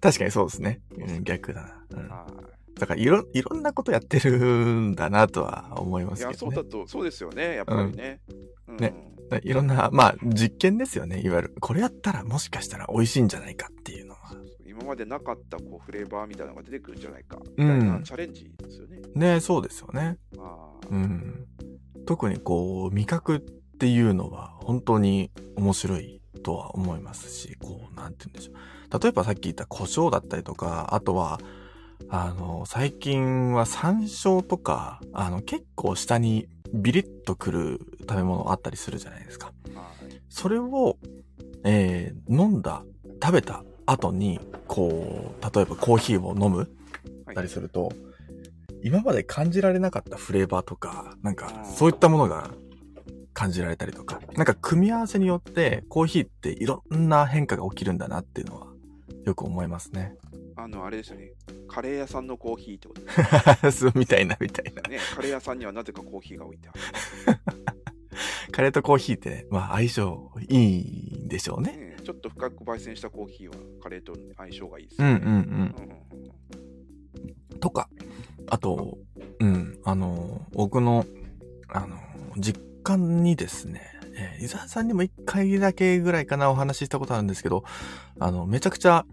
Speaker 1: 確かにそうですね。うん、逆だな。うん
Speaker 2: はい
Speaker 1: だからいろ、いろんなことやってるんだなとは思いま
Speaker 2: い
Speaker 1: す
Speaker 2: や、
Speaker 1: け
Speaker 2: そ
Speaker 1: ど
Speaker 2: う
Speaker 1: ね
Speaker 2: だ。と、そうですよね、やっぱりね。うん
Speaker 1: ねいろんな、まあ、実験ですよね。いわゆる、これやったらもしかしたら美味しいんじゃないかっていうのは。
Speaker 2: 今までなかったこうフレーバーみたいなのが出てくるんじゃないかみたいな
Speaker 1: うん
Speaker 2: チャレンジですよね。
Speaker 1: ねそうですよね。
Speaker 2: あー
Speaker 1: うん。特にこう、味覚っていうのは本当に面白いとは思いますし、こう、なんて言うんでしょう。例えばさっき言った胡椒だったりとか、あとは、あの、最近は山椒とか、あの、結構下にビリッとくる食べ物あったりするじゃないですか。
Speaker 2: はい
Speaker 1: それを、えー飲んだ、食べた後に、こう、例えばコーヒーを飲む
Speaker 2: はい
Speaker 1: たりすると、今まで感じられなかったフレーバーとか、なんか、そういったものが感じられたりとか、なんか組み合わせによって、コーヒーっていろんな変化が起きるんだなっていうのは、よく思いますね。
Speaker 2: あの、あれですよね。カレー屋さんのコーヒーってことです
Speaker 1: そうみたいな、みたいな。
Speaker 2: よ ね。カレー屋さんにはなぜかコーヒーが置いてある。
Speaker 1: カレーとコーヒーってね、まあ相性いいんでしょうね。
Speaker 2: ねちょっと深く焙煎したコーヒーはカレーと相性がいいです
Speaker 1: う
Speaker 2: よ
Speaker 1: んうん
Speaker 2: ね。
Speaker 1: うん。
Speaker 2: うんうんうん
Speaker 1: とか、あと、うん、あの、僕の、あの、実家にですね、えー伊沢さんにも一回だけぐらいかなお話ししたことあるんですけど、あの、めちゃくちゃ、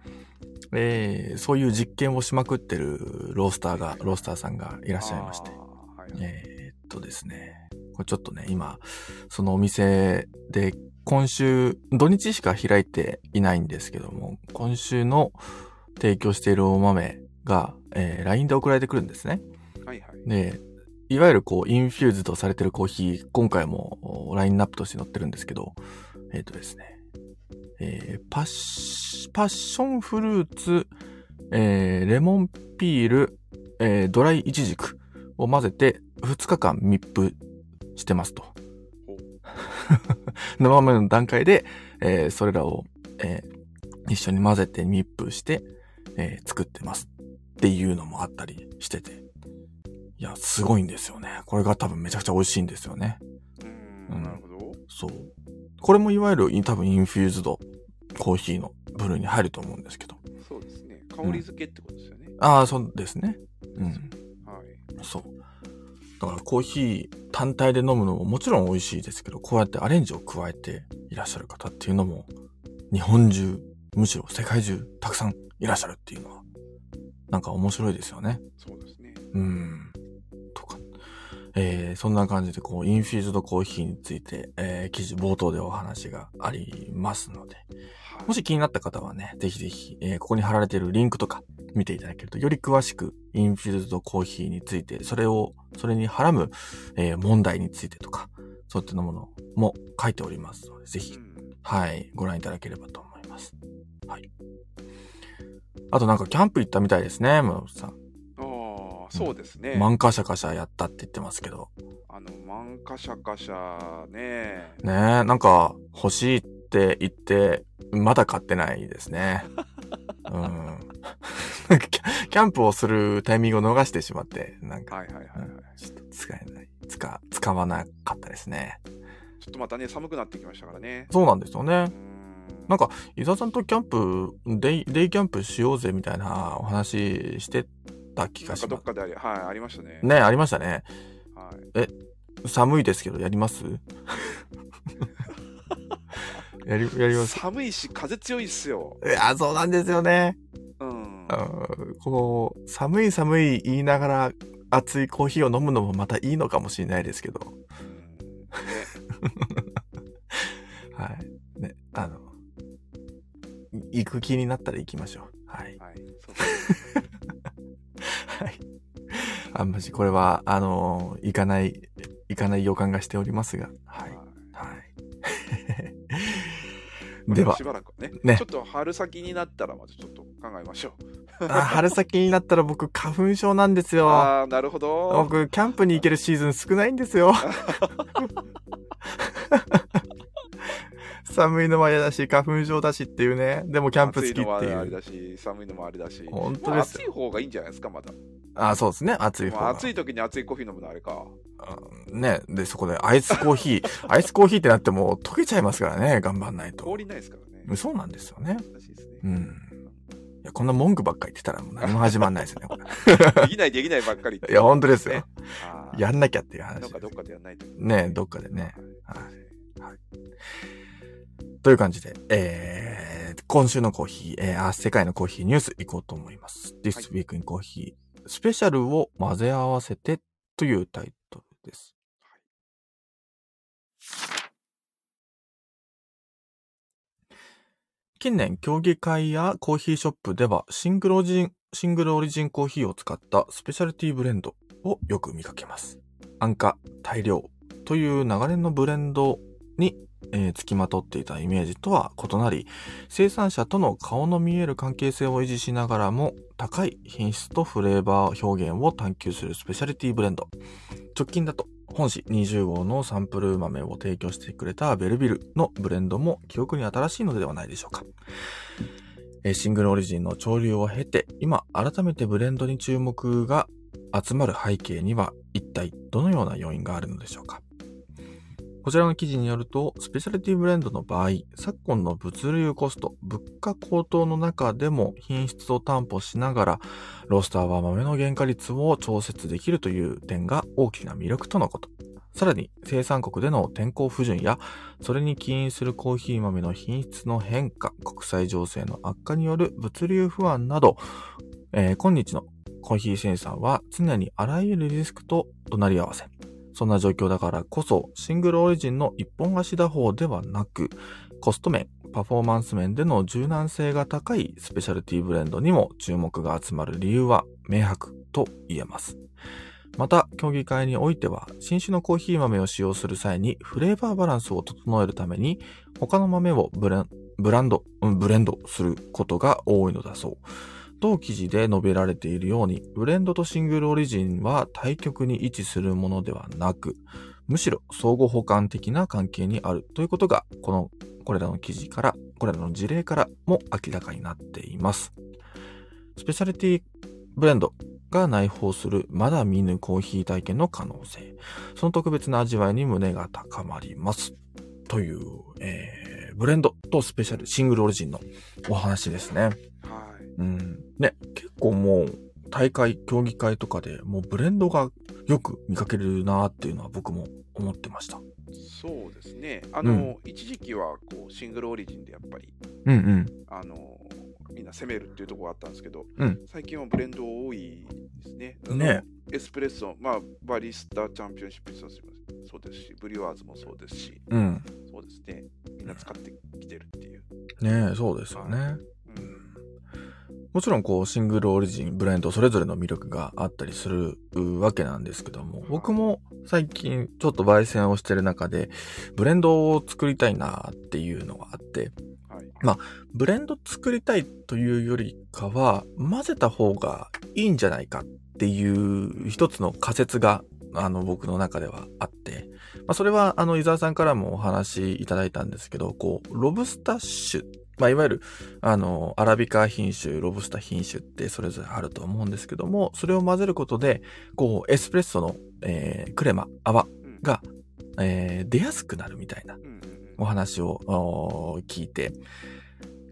Speaker 1: えーそういう実験をしまくってるロースターが、ロースターさんがいらっしゃいまして
Speaker 2: あ、ーはいはい
Speaker 1: えーっとですね、これちょっとね、今、そのお店で今週、土日しか開いていないんですけども、今週の提供しているお豆が、えー LINE で送られてくるんですね。
Speaker 2: はいはい。
Speaker 1: で、いわゆるこう、インフューズとされてるコーヒー、今回もおラインナップとして載ってるんですけど、えっ、とですね、えーパッシ、パッションフルーツ、えーレモンピール、えードライイチジクを混ぜて2日間密封してますと
Speaker 2: ほう。
Speaker 1: 生豆の段階で、えーそれらを、えー一緒に混ぜて密封して、えー作ってますっていうのもあったりしてて。いや、すごいんですよね。これが多分めちゃくちゃ美味しいんですよね。
Speaker 2: う
Speaker 1: うん
Speaker 2: ん、なるほど。
Speaker 1: そう。これもいわゆる多分インフューズドコーヒーのブルーに入ると思うんですけど。
Speaker 2: そうですね。香り付けってことですよね。
Speaker 1: ああ、そうですね。うん。
Speaker 2: はい。
Speaker 1: そう。だからコーヒー単体で飲むのももちろん美味しいですけど、こうやってアレンジを加えていらっしゃる方っていうのも日本中むしろ世界中たくさんいらっしゃるっていうのは、なんか面白いですよね。
Speaker 2: そうですね。
Speaker 1: うん。とか。えーそんな感じで、こう、インフューズドコーヒーについて、えー記事冒頭でお話がありますので、
Speaker 2: はい
Speaker 1: もし気になった方はね、ぜひぜひ、えーここに貼られてるリンクとか見ていただけると、より詳しく、インフューズドコーヒーについて、それを、それにはらむ、えー問題についてとか、そういったものも書いておりますので、ぜひ
Speaker 2: うん
Speaker 1: はい、ご覧いただければと思います。はい。あとなんかキャンプ行ったみたいですね、村本さん。
Speaker 2: ああ、そうですね。
Speaker 1: マンカシャカシャやったって言ってますけど。
Speaker 2: あの、マンカシャカシャね。
Speaker 1: ねえ、なんか欲しいって言って、まだ買ってないです ね。うん。なんかキャキャンプをするタイミングを逃してしまって、なんか、
Speaker 2: はいはいはいはい。
Speaker 1: ちょっと使えない。つか、使わなかったですね。
Speaker 2: ちょっとまたね、寒くなってきましたからね。
Speaker 1: そうなんですよね
Speaker 2: う。ん
Speaker 1: なんか、伊沢さんとキャンプ、デイ、デイキャンプしようぜみたいなお話してた気が
Speaker 2: なん
Speaker 1: し
Speaker 2: かど
Speaker 1: ま
Speaker 2: っ
Speaker 1: す。
Speaker 2: かであり、はい、ありましたね。
Speaker 1: ね、ありましたね。
Speaker 2: はい。
Speaker 1: 寒いですけど、やります やり、やります。
Speaker 2: 寒いし、風強いっすよ。
Speaker 1: いや、そうなんですよね。
Speaker 2: う
Speaker 1: うん
Speaker 2: ん。
Speaker 1: この、寒い寒い言いながら、熱いコーヒーを飲むのもまたいいのかもしれないですけど、
Speaker 2: うんね
Speaker 1: はい。ね、あの、い行く気になったら行きましょう。はい。
Speaker 2: はい。そうですね
Speaker 1: はい。あんまし、これは、あの、行かない、行かない予感がしておりますが、 はい。はい。 では
Speaker 2: し、ばらくね
Speaker 1: ね
Speaker 2: ちょっと春先になったらまたちょっと考えましょう。
Speaker 1: あ春先になったら僕、花粉症なんですよ。
Speaker 2: ああ、なるほど。
Speaker 1: 僕、キャンプに行けるシーズン少ないんですよ。 寒いのも嫌だし、花粉症だしっていうね。でもキャンプ好きって
Speaker 2: 暑いのもあれ
Speaker 1: いう。
Speaker 2: だし、寒いのもあれだし。
Speaker 1: 本当
Speaker 2: まあ、
Speaker 1: です
Speaker 2: 暑い方がいいんじゃないですか、まだ。
Speaker 1: あ、そうですね。暑い方
Speaker 2: まあ、
Speaker 1: が。
Speaker 2: 暑い時に暑いコーヒー飲むのあれか。
Speaker 1: うんね。で、そこでアイスコーヒー。 アイスコーヒーってなっても溶けちゃいますからね。頑張んないと
Speaker 2: 氷。ないですからね。
Speaker 1: そうなんですよね。
Speaker 2: 難しいですね。
Speaker 1: うん。いや、こんな文句ばっかり言ってたらもう何も始まんないですよね。こ
Speaker 2: できないできないばっかり言
Speaker 1: れ
Speaker 2: って。
Speaker 1: いや、本当ですよ
Speaker 2: ね。あー
Speaker 1: やんなきゃっていう話
Speaker 2: なん。かどっかでやらないと。
Speaker 1: ねどっかでね。
Speaker 2: はい
Speaker 1: という感じで、えー、今週のコーヒー、えー、あ世界のコーヒーニュース行こうと思います。This Week in Coffee スペシャルを混ぜ合わせてというタイトルです。近年、競技会やコーヒーショップではシングルオリジン、シングルオリジンコーヒーを使ったスペシャルティーブレンドをよく見かけます。安価、大量という流れのブレンドに、えー付きまとっていたイメージとは異なり、生産者との顔の見える関係性を維持しながらも、高い品質とフレーバー表現を探求するスペシャリティブレンド。直近だと、本誌20号のサンプル豆を提供してくれたベルビルのブレンドも記憶に新しいのではないでしょうか。えーシングルオリジンの潮流を経て、今改めてブレンドに注目が集まる背景には一体どのような要因があるのでしょうか。こちらの記事によると、スペシャリティブレンドの場合、昨今の物流コスト、物価高騰の中でも品質を担保しながら、ロースターは豆の原価率を調節できるという点が大きな魅力とのこと。さらに、生産国での天候不順や、それに起因するコーヒー豆の品質の変化、国際情勢の悪化による物流不安など、えー今日のコーヒー生産は常にあらゆるリスクと隣り合わせ。そんな状況だからこそ、シングルオリジンの一本足打法ではなく、コスト面、パフォーマンス面での柔軟性が高いスペシャルティブレンドにも注目が集まる理由は明白と言えます。また、競技会においては、新種のコーヒー豆を使用する際にフレーバーバランスを整えるために、他の豆をブレンブランド、うんブレンドすることが多いのだそう。同記事で述べられているように、ブレンドとシングルオリジンは対極に位置するものではなく、むしろ相互補完的な関係にあるということが、この、これらの記事から、これらの事例からも明らかになっています。スペシャリティブレンドが内包するまだ見ぬコーヒー体験の可能性、その特別な味わいに胸が高まります。という、えー、ブレンドとスペシャル、シングルオリジンのお話ですね。
Speaker 2: はい。
Speaker 1: うん。ね、結構もう、大会、競技会とかでもうブレンドがよく見かけるなーっていうのは僕も思ってました。
Speaker 2: そうですね。あの、一時期はこうシングルオリジンでやっぱり、
Speaker 1: うんうん。
Speaker 2: あの、みんな攻めるっていうところがあったんですけど、
Speaker 1: うん
Speaker 2: 最近はブレンド多いですね。あの
Speaker 1: ね
Speaker 2: エスプレッソ、まあ、バリスタチャンピオンシップそうですし、ブリュワーズもそうですし、
Speaker 1: うん。
Speaker 2: そうですね。みんな使ってきてるっていう。
Speaker 1: ねえ、そうですよね。
Speaker 2: うん
Speaker 1: もちろんこうシングルオリジン、ブレンドそれぞれの魅力があったりするわけなんですけども、僕も最近ちょっと焙煎をしてる中で、ブレンドを作りたいなっていうのがあって、
Speaker 2: はい。
Speaker 1: ブレンド作りたいというよりかは、混ぜた方がいいんじゃないかっていう一つの仮説が、あの、僕の中ではあって、まあ、それは、あの、伊沢さんからもお話いただいたんですけど、こう、ロブスタッシュ、まあ、いわゆる、あの、アラビカ品種、ロブスタ品種ってそれぞれあると思うんですけども、それを混ぜることで、こう、エスプレッソの、えークレマ、泡
Speaker 2: うん
Speaker 1: が、えー出やすくなるみたいな
Speaker 2: うんうんう
Speaker 1: お
Speaker 2: ん
Speaker 1: 話をおー聞いて、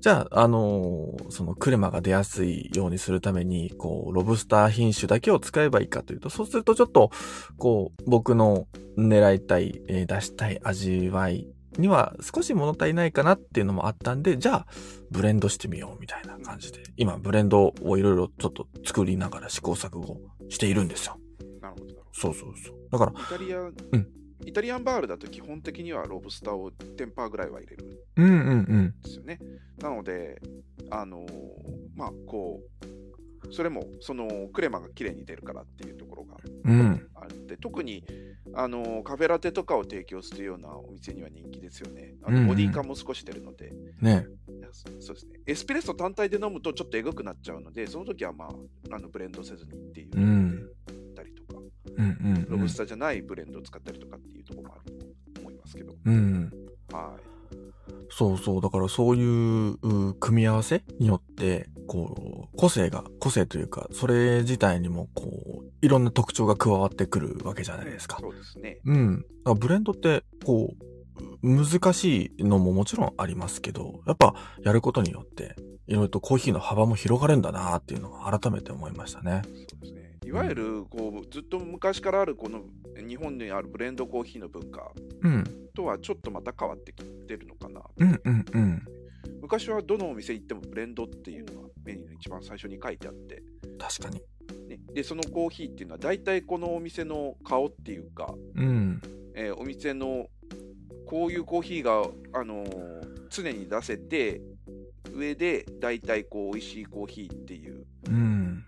Speaker 1: じゃあ、あのーそのクレマが出やすいようにするために、こう、ロブスター品種だけを使えばいいかというと、そうするとちょっと、こう、僕の狙いたい、えー出したい味わいには少し物足りないかなっていうのもあったんで、じゃあ、ブレンドしてみようみたいな感じで、今、ブレンドをいろいろちょっと作りながら試行錯誤しているんですよ。
Speaker 2: なるほどなるほ
Speaker 1: そうそうそう。だから、
Speaker 2: ど。イタリアン、
Speaker 1: うん
Speaker 2: イタリアンバールだと基本的にはロブスターを10%ぐらいは入れるん
Speaker 1: うんうんうん。
Speaker 2: ですよね。なので、あのーまあ、こう、それもそのクレマが綺麗に出るからっていうところが
Speaker 1: うん。
Speaker 2: あって、特に、あのーカフェラテとかを提供するようなお店には人気ですよね。あ
Speaker 1: うんう
Speaker 2: の
Speaker 1: ん
Speaker 2: ボディ感も少し出るので、
Speaker 1: ね
Speaker 2: いやそそうですね。エスプレッソ単体で飲むとちょっとエグくなっちゃうので、その時はまあ、あのブレンドせずにっていう
Speaker 1: う
Speaker 2: の
Speaker 1: ん
Speaker 2: で行ったりとか。
Speaker 1: うんうん、う
Speaker 2: ロ
Speaker 1: ん
Speaker 2: ブス。ターじゃないブレンドを使ったりとかっていうところもあると思いますけど、
Speaker 1: うん。
Speaker 2: は
Speaker 1: そうそう。だからそういうう組み合わせによって、こう、個性が、個性というか、それ自体にも、こう、いろんな特徴が加わってくるわけじゃ
Speaker 2: い。
Speaker 1: ないですか。
Speaker 2: そうですね。
Speaker 1: うん。だからブレンドって、こう、難しいのももちろんありますけど、やっぱやることによって、いろいろとコーヒーの幅も広がるんだなっていうのが改めて思いましたね。
Speaker 2: そうですねいわゆるこうずっと昔からあるこの日本にあるブレンドコーヒーの文化
Speaker 1: うん、
Speaker 2: とはちょっとまた変わってきてるのかな。
Speaker 1: うん、うん、うん。
Speaker 2: 昔はどのお店行ってもブレンドっていうのがメニューの一番最初に書いてあって、
Speaker 1: 確かに。
Speaker 2: ね、でそのコーヒーっていうのは大体このお店の顔っていうか、
Speaker 1: うん、
Speaker 2: えーお店のこういうコーヒーが、あのー常に出せて上で大体こう美味しいコーヒーっていう
Speaker 1: うん、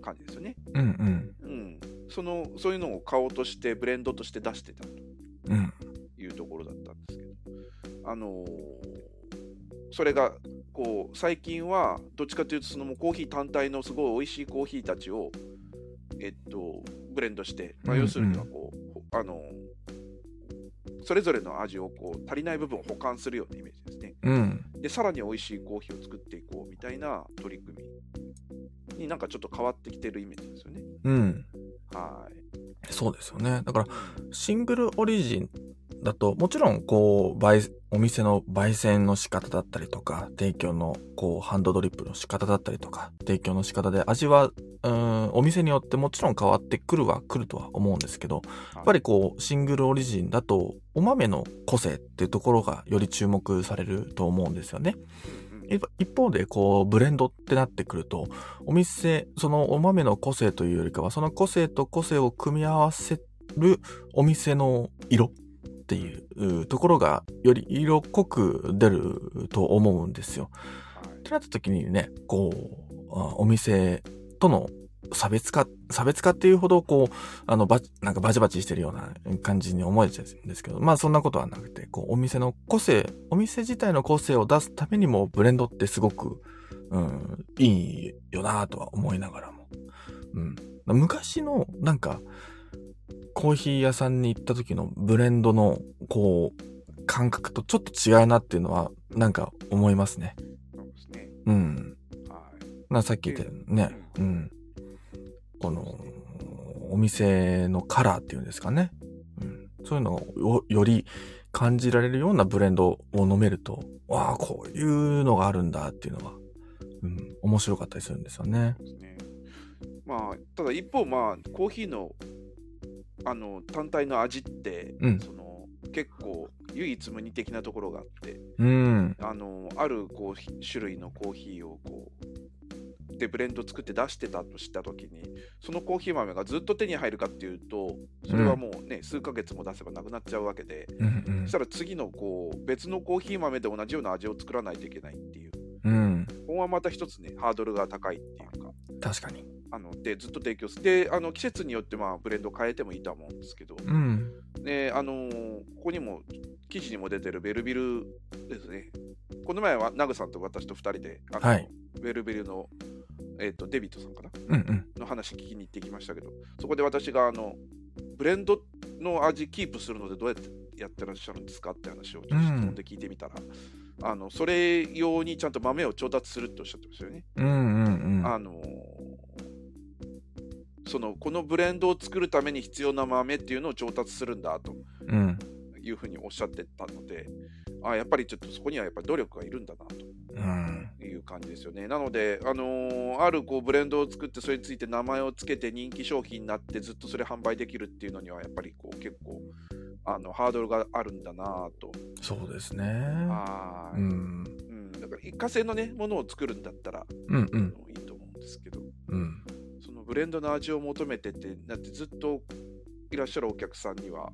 Speaker 2: 感じですよね。
Speaker 1: うん、うん、
Speaker 2: うん、そのそういうのを顔としてブレンドとして出してたと
Speaker 1: うん。
Speaker 2: いうところだったんですけど、あのーそれがこう最近はどっちかというとそのもうコーヒー単体のすごい美味しいコーヒーたちを、えっと、ブレンドして、まあ、
Speaker 1: うんうん
Speaker 2: 要するにはこう、ほあのーそれぞれの味をこう足りない部分を補完するようなイメージですね。
Speaker 1: うん、
Speaker 2: でさらに美味しいコーヒーを作っていこうみたいな取り組みになんかちょっと変わってきてるイメージですよね。
Speaker 1: うん。
Speaker 2: はい
Speaker 1: そうですよね。だから、シングルオリジンだと、もちろん、こう、焙お店の焙煎の仕方だったりとか、提供の、こう、ハンドドリップの仕方だったりとか、提供の仕方で味は、うーん、お店によってもちろん変わってくるは来るとは思うんですけど、やっぱりこう、シングルオリジンだと、お豆の個性っていうところがより注目されると思うんですよね。
Speaker 2: うんうん
Speaker 1: 一一方で、こう、ブレンドってなってくると、お店、そのお豆の個性というよりかは、その個性と個性を組み合わせるお店の色っていううところが、より色濃く出ると思うんですよ。
Speaker 2: はい
Speaker 1: ってなった時にね、こう、あお店との差別化、差別化っていうほど、こう、あの、ば、なんかバチバチしてるような感じに思えちゃうんですけど、まあそんなことはなくて、こう、お店の個性、お店自体の個性を出すためにも、ブレンドってすごく、うん、いいよなとは思いながらも。うん。昔の、なんか、コーヒー屋さんに行った時のブレンドの、こう、感覚とちょっと違うなっていうのは、なんか思いますね。
Speaker 2: そうですね。
Speaker 1: うん。
Speaker 2: はい。
Speaker 1: なさっき言ったようにね、うん。この、お店のカラーっていうんですかね。うん、そういうのをよより感じられるようなブレンドを飲めると、わあ、こういうのがあるんだっていうのは、うん、面白かったりするんですよね。
Speaker 2: そうですね。まあ、ただ一方、まあ、コーヒーの、あの、単体の味って、
Speaker 1: うん
Speaker 2: その、結構唯一無二的なところがあって
Speaker 1: うん。
Speaker 2: あのあるコーヒー種類のコーヒーをこうでブレンド作って出してたとした時にそのコーヒー豆がずっと手に入るかっていうとそれはもうね、数ヶ月も出せばなくなっちゃうわけで
Speaker 1: うんうん
Speaker 2: そしたら次のこう別のコーヒー豆で同じような味を作らないといけないっていう
Speaker 1: うん。
Speaker 2: ここはまた一つねハードルが高いっていうか
Speaker 1: 確かに。
Speaker 2: あのでずっと提供してあの季節によってまあブレンド変えてもいいとは思うんですけど、
Speaker 1: うん。
Speaker 2: で、あのーここにも記事にも出てるベルビルですね。この前はナグさんと私と2人で、あの
Speaker 1: はい
Speaker 2: ベルビルの、えっとデビットさんかな
Speaker 1: うんうん。
Speaker 2: の話聞きに行ってきましたけど、そこで私があのブレンドの味キープするのでどうやってやってらっしゃるんですかって話をちょっと質問で聞いてみたら、あのそれ用にちゃんと豆を調達するっておっしゃってましたよね。
Speaker 1: うんうんうん。
Speaker 2: あのそのこのブレンドを作るために必要な豆っていうのを調達するんだと。
Speaker 1: うん。
Speaker 2: いうふうにおっしゃってたので、あやっぱりちょっとそこにはやっぱり努力がいるんだな
Speaker 1: うん。
Speaker 2: という感じですよね。なので、あのーあるこうブレンドを作って、それについて名前をつけて人気商品になって、ずっとそれ販売できるっていうのには、やっぱりこう結構あのハードルがあるんだなと。
Speaker 1: そうですね。
Speaker 2: は
Speaker 1: う
Speaker 2: い
Speaker 1: ん。
Speaker 2: うん、だから一過性のね、ものを作るんだったら、
Speaker 1: うんう
Speaker 2: あ
Speaker 1: ん
Speaker 2: のいいと思うんですけど、
Speaker 1: うん。
Speaker 2: そのブレンドの味を求めてってなって、ずっといらっしゃるお客さんには、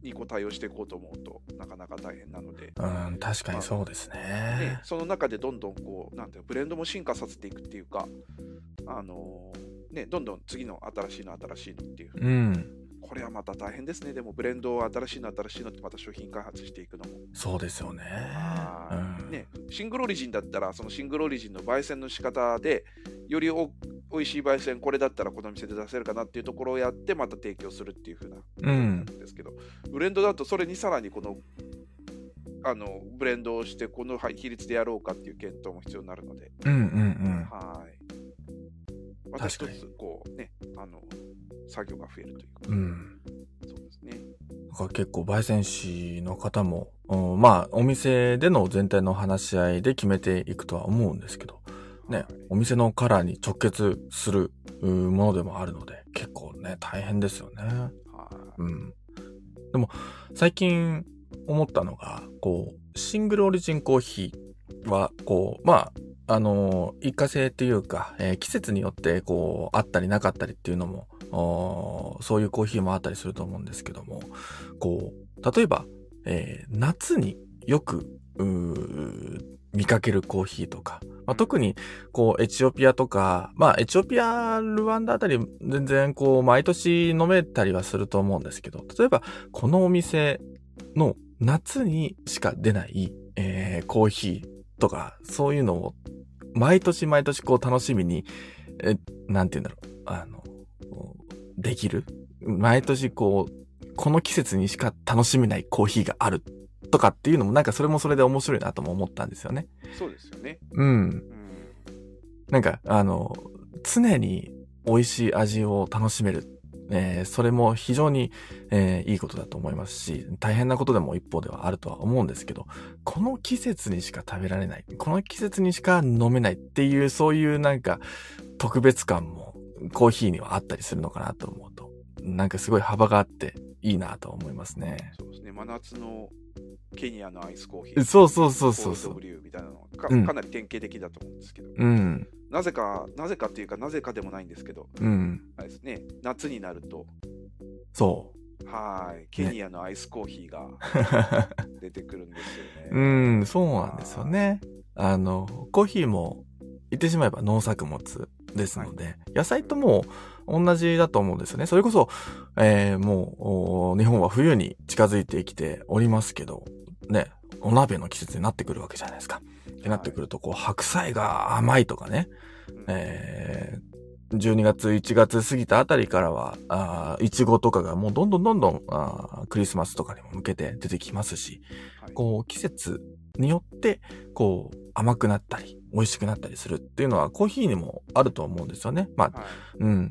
Speaker 2: にこう対応していこうと思うとなかなか大変なので、
Speaker 1: うん、確かにそうです
Speaker 2: ね
Speaker 1: ね。
Speaker 2: その中でどんどんこうなんていうのブレンドも進化させていくっていうか、あのーね、どんどん次の新しいの新しいのっていう、
Speaker 1: うん。
Speaker 2: これはまた大変ですねでもブレンドを新しいの新しいのってまた商品開発していくのも、
Speaker 1: そうですよね。うん。
Speaker 2: ね、シングルオリジンだったらそのシングルオリジンの焙煎の仕方でよりお美味しい焙煎これだったらこの店で出せるかなっていうところをやってまた提供するっていう風な
Speaker 1: うん
Speaker 2: ですけど、ブレンドだとそれにさらにこのあのブレンドをしてこのはい比率でやろうかっていう検討も必要になるので、
Speaker 1: うんうん
Speaker 2: はい。また一
Speaker 1: 確かに
Speaker 2: つこうねあの作業が増えるというか、
Speaker 1: うん。うん。
Speaker 2: そうですね。
Speaker 1: なんか結構、焙煎士の方も、うん、まあ、お店での全体の話し合いで決めていくとは思うんですけど、
Speaker 2: は
Speaker 1: ね
Speaker 2: い、
Speaker 1: お店のカラーに直結するうんものでもあるので、結構ね、大変ですよね。
Speaker 2: はい
Speaker 1: うん。でも、最近思ったのが、こう、シングルオリジンコーヒーは、こう、まあ、あのー一過性っていうか、えー季節によって、こう、あったりなかったりっていうのも、おーそういうコーヒーもあったりすると思うんですけども、こう、例えば、えー夏によく、うー見かけるコーヒーとか、まあ、特に、こう、エチオピアとか、まあ、エチオピア、ルワンダあたり、全然、こう、毎年飲めたりはすると思うんですけど、例えば、このお店の夏にしか出ない、えーコーヒーとか、そういうのを、毎年毎年、こう、楽しみに、え、なんて言うんだろう、あの、こうできる。毎年、こう、この季節にしか楽しめないコーヒーがあるとかっていうのも、なんかそれもそれで面白いなとも思ったんですよね。
Speaker 2: そうですよね。
Speaker 1: うん。
Speaker 2: うん。
Speaker 1: なんか、あの、常に美味しい味を楽しめる。えーそれも非常に、えーいいことだと思いますし、大変なことでも一方ではあるとは思うんですけど、この季節にしか食べられない、この季節にしか飲めないっていう、そういうなんか特別感もコーヒーにはあったりするのかなと思うと、なんかすごい幅があっていいなと思いますね。
Speaker 2: そうですね。真夏のケニアのアイスコーヒー。
Speaker 1: そうそうそうそうそう
Speaker 2: コールドブリューみたいなのがか,、
Speaker 1: うん
Speaker 2: なり典型的だと思うんですけど、
Speaker 1: うん、
Speaker 2: なぜか、なぜかっていうか、なぜかでもないんですけど、
Speaker 1: うん、
Speaker 2: あれですね、夏になると、
Speaker 1: そ
Speaker 2: はーい、ケニアのアイスコーヒーが 出てくるんですよね。
Speaker 1: う。うん、そうなんですよね。あの、コーヒーも、言ってしまえば農作物ですので、野菜ともう同じだと思うんですよね。それこそ、えーもう、お日本は冬に近づいてきておりますけど、ね、お鍋の季節になってくるわけじゃないですか。ってなってくると、こう、白菜が甘いとかね、
Speaker 2: うん。
Speaker 1: えー12月、1月過ぎたあたりからは、あーいちごとかがもうどんどんどんどんあークリスマスとかにも向けて出てきますし、
Speaker 2: はい
Speaker 1: こう季節によって、こう甘くなったり、美味しくなったりするっていうのはコーヒーにもあると思うんですよね。まあ、
Speaker 2: はい
Speaker 1: うん。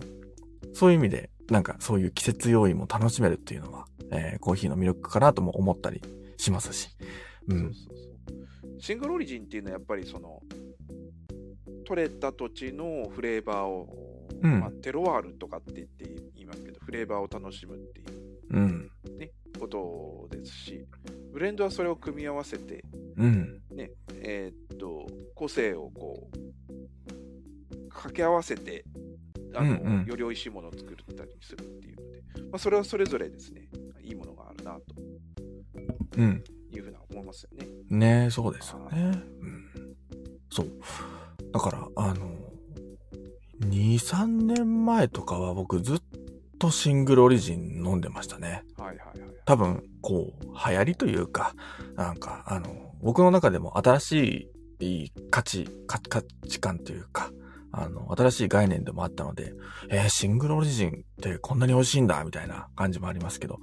Speaker 1: そういう意味で、なんかそういう季節要因も楽しめるっていうのは、えーコーヒーの魅力かなとも思ったりしますし。う。
Speaker 2: そうんそうそうシングルオリジンっていうのはやっぱりその取れた土地のフレーバーを、
Speaker 1: うん
Speaker 2: まあ、テロワールとかって言って言いますけどフレーバーを楽しむっていう
Speaker 1: うん。
Speaker 2: ことですですし、ブレンドはそれを組み合わせて、
Speaker 1: うん。
Speaker 2: えーっと、個性をこう、掛け合わせて、あの
Speaker 1: うんうん
Speaker 2: より美味しいものを作ったりするっていうので、まあ、それはそれぞれですね、いいものがあるなと
Speaker 1: うん。
Speaker 2: いうふうな思いますよね。
Speaker 1: ねえ、そうですよね。うん。そう。だから、あの、2、3年前とかは僕ずっとシングルオリジン飲んでましたね。
Speaker 2: はいはいはい。
Speaker 1: 多分、こう、流行りというか、なんか、あの、僕の中でも新しい価値、価価値観というか、あの、新しい概念でもあったので、えーシングルオリジンってこんなに美味しいんだ、みたいな感じもありますけど、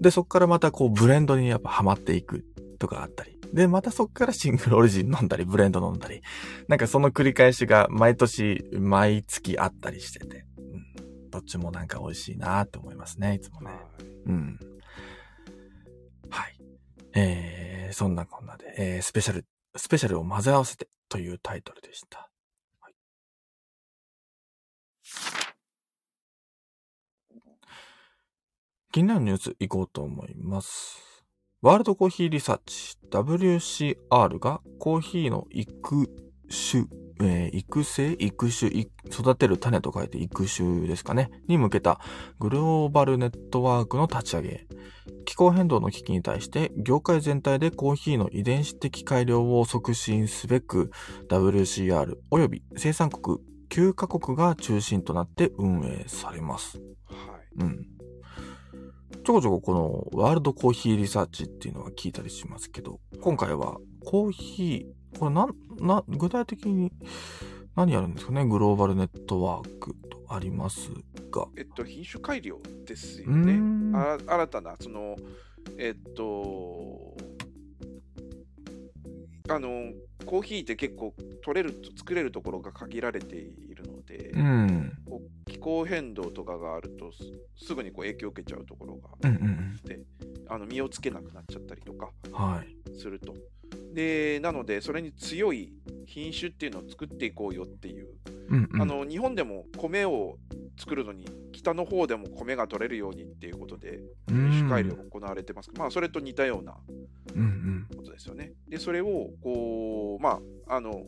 Speaker 1: で、そこからまたこう、ブレンドにやっぱハマっていくとかあったり、で、またそこからシングルオリジン飲んだり、ブレンド飲んだり、なんかその繰り返しが毎年、毎月あったりしてて、うん、どっちもなんか美味しいなって思いますね、いつもね。
Speaker 2: はい
Speaker 1: うん。はい。えー、そんなこんなで、えー、スペシャル、スペシャルを混ぜ合わせてというタイトルでした。はい、気になるニュースいこうと思います。ワールドコーヒーリサーチ WCR がコーヒーの育種、えー育成育種い育てる種と書いて育種ですかね。に向けたグローバルネットワークの立ち上げ。気候変動の危機に対して、業界全体でコーヒーの遺伝子的改良を促進すべく、WCR 及び生産国9カ国が中心となって運営されます。
Speaker 2: はい
Speaker 1: うん。ちょこちょここのワールドコーヒーリサーチっていうのは聞いたりしますけど、今回はコーヒー、これなん、な、具体的に何やるんですかねグローバルネットワークとありますが。
Speaker 2: えっと、品種改良ですよ
Speaker 1: うー
Speaker 2: ね。
Speaker 1: ん
Speaker 2: あ新たな、その、えっと、あの、コーヒーって結構取れると、作れるところが限られているので、
Speaker 1: うん。うん
Speaker 2: こう気候変動とかがあると、すすぐにこう影響を受けちゃうところが
Speaker 1: う
Speaker 2: あ
Speaker 1: んうん。
Speaker 2: って、あの実をつけなくなっちゃったりとか
Speaker 1: はい。
Speaker 2: すると。で、なので、それに強い品種っていうのを作っていこうよっていう
Speaker 1: うんうん。
Speaker 2: あの日本でも米を作るのに北の方でも米が取れるようにっていうことで品種改良が行われてます、まあそれと似たような
Speaker 1: うんうん。
Speaker 2: ことですよねでそれをこうまああの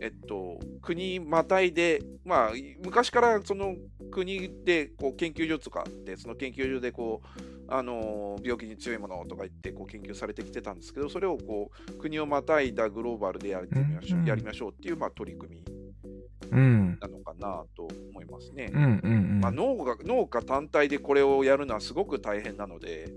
Speaker 2: えっと国またいでまあい昔からその国でこう研究所とかあってその研究所でこうあの病気に強いものとか言ってこう研究されてきてたんですけどそれをこう国をまたいだグローバルでやってみましょ
Speaker 1: う
Speaker 2: う、
Speaker 1: んうん
Speaker 2: やりましょうっていう、まあ、取り組み
Speaker 1: うん。
Speaker 2: なのかなと思いますね。
Speaker 1: うんうんうん。
Speaker 2: まあ、農家農家単体でこれをやるのはすごく大変なので、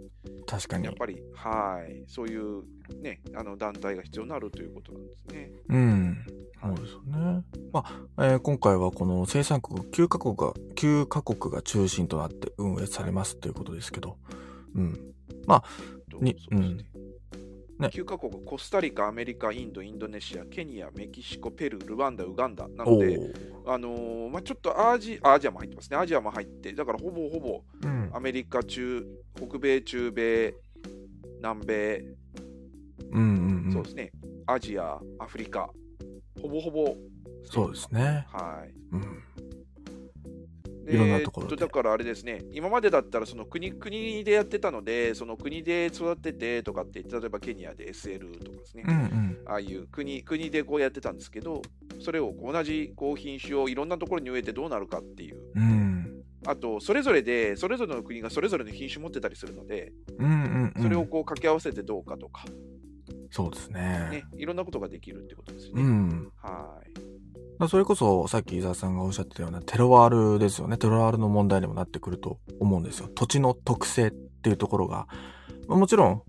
Speaker 1: 確かに
Speaker 2: やっ。ぱりはいそういう、ね、あの団体が必要になるということなんですね。
Speaker 1: うん。そうですよね。まあ、えー今回はこの生産国9カ国が、9カ国が中心となって運営されますということですけど。うん。
Speaker 2: と
Speaker 1: に
Speaker 2: そうですね
Speaker 1: うんね
Speaker 2: 9カ国、コスタリカ、アメリカ、インド、インドネシア、ケニア、メキシコ、ペルー、ルワンダ、ウガンダなので、
Speaker 1: ー
Speaker 2: あのーまあ、ちょっとアジアジアも入ってますね、アジアも入って、だからほぼほぼ
Speaker 1: うん
Speaker 2: ア。メリカ、中北米、中米、南米、
Speaker 1: うんうんうん。
Speaker 2: そうですね、アジア、アフリカ、ほぼほぼ、
Speaker 1: そうですね。
Speaker 2: はい、
Speaker 1: うん。
Speaker 2: で
Speaker 1: いろんなところで
Speaker 2: えっだからあれですね、今までだったらその国国でやってたので、その国で育ててとかって、例えばケニアで SL とかですね、
Speaker 1: うんうん。
Speaker 2: ああいう国国でこうやってたんですけど、それをこう同じこう品種をいろんなところに植えてどうなるかっていう、
Speaker 1: うん。
Speaker 2: あと、それぞれで、それぞれの国がそれぞれの品種持ってたりするので、
Speaker 1: うんうんうん。
Speaker 2: それをこう掛け合わせてどうかとか、
Speaker 1: そうですね
Speaker 2: ね。、いろんなことができるってことですよ
Speaker 1: う
Speaker 2: ね。
Speaker 1: ん。
Speaker 2: はい
Speaker 1: だからそれこそ、さっき伊沢さんがおっしゃってたようなテロワールですよね。テロワールの問題にもなってくると思うんですよ。土地の特性っていうところが、まあもちろん、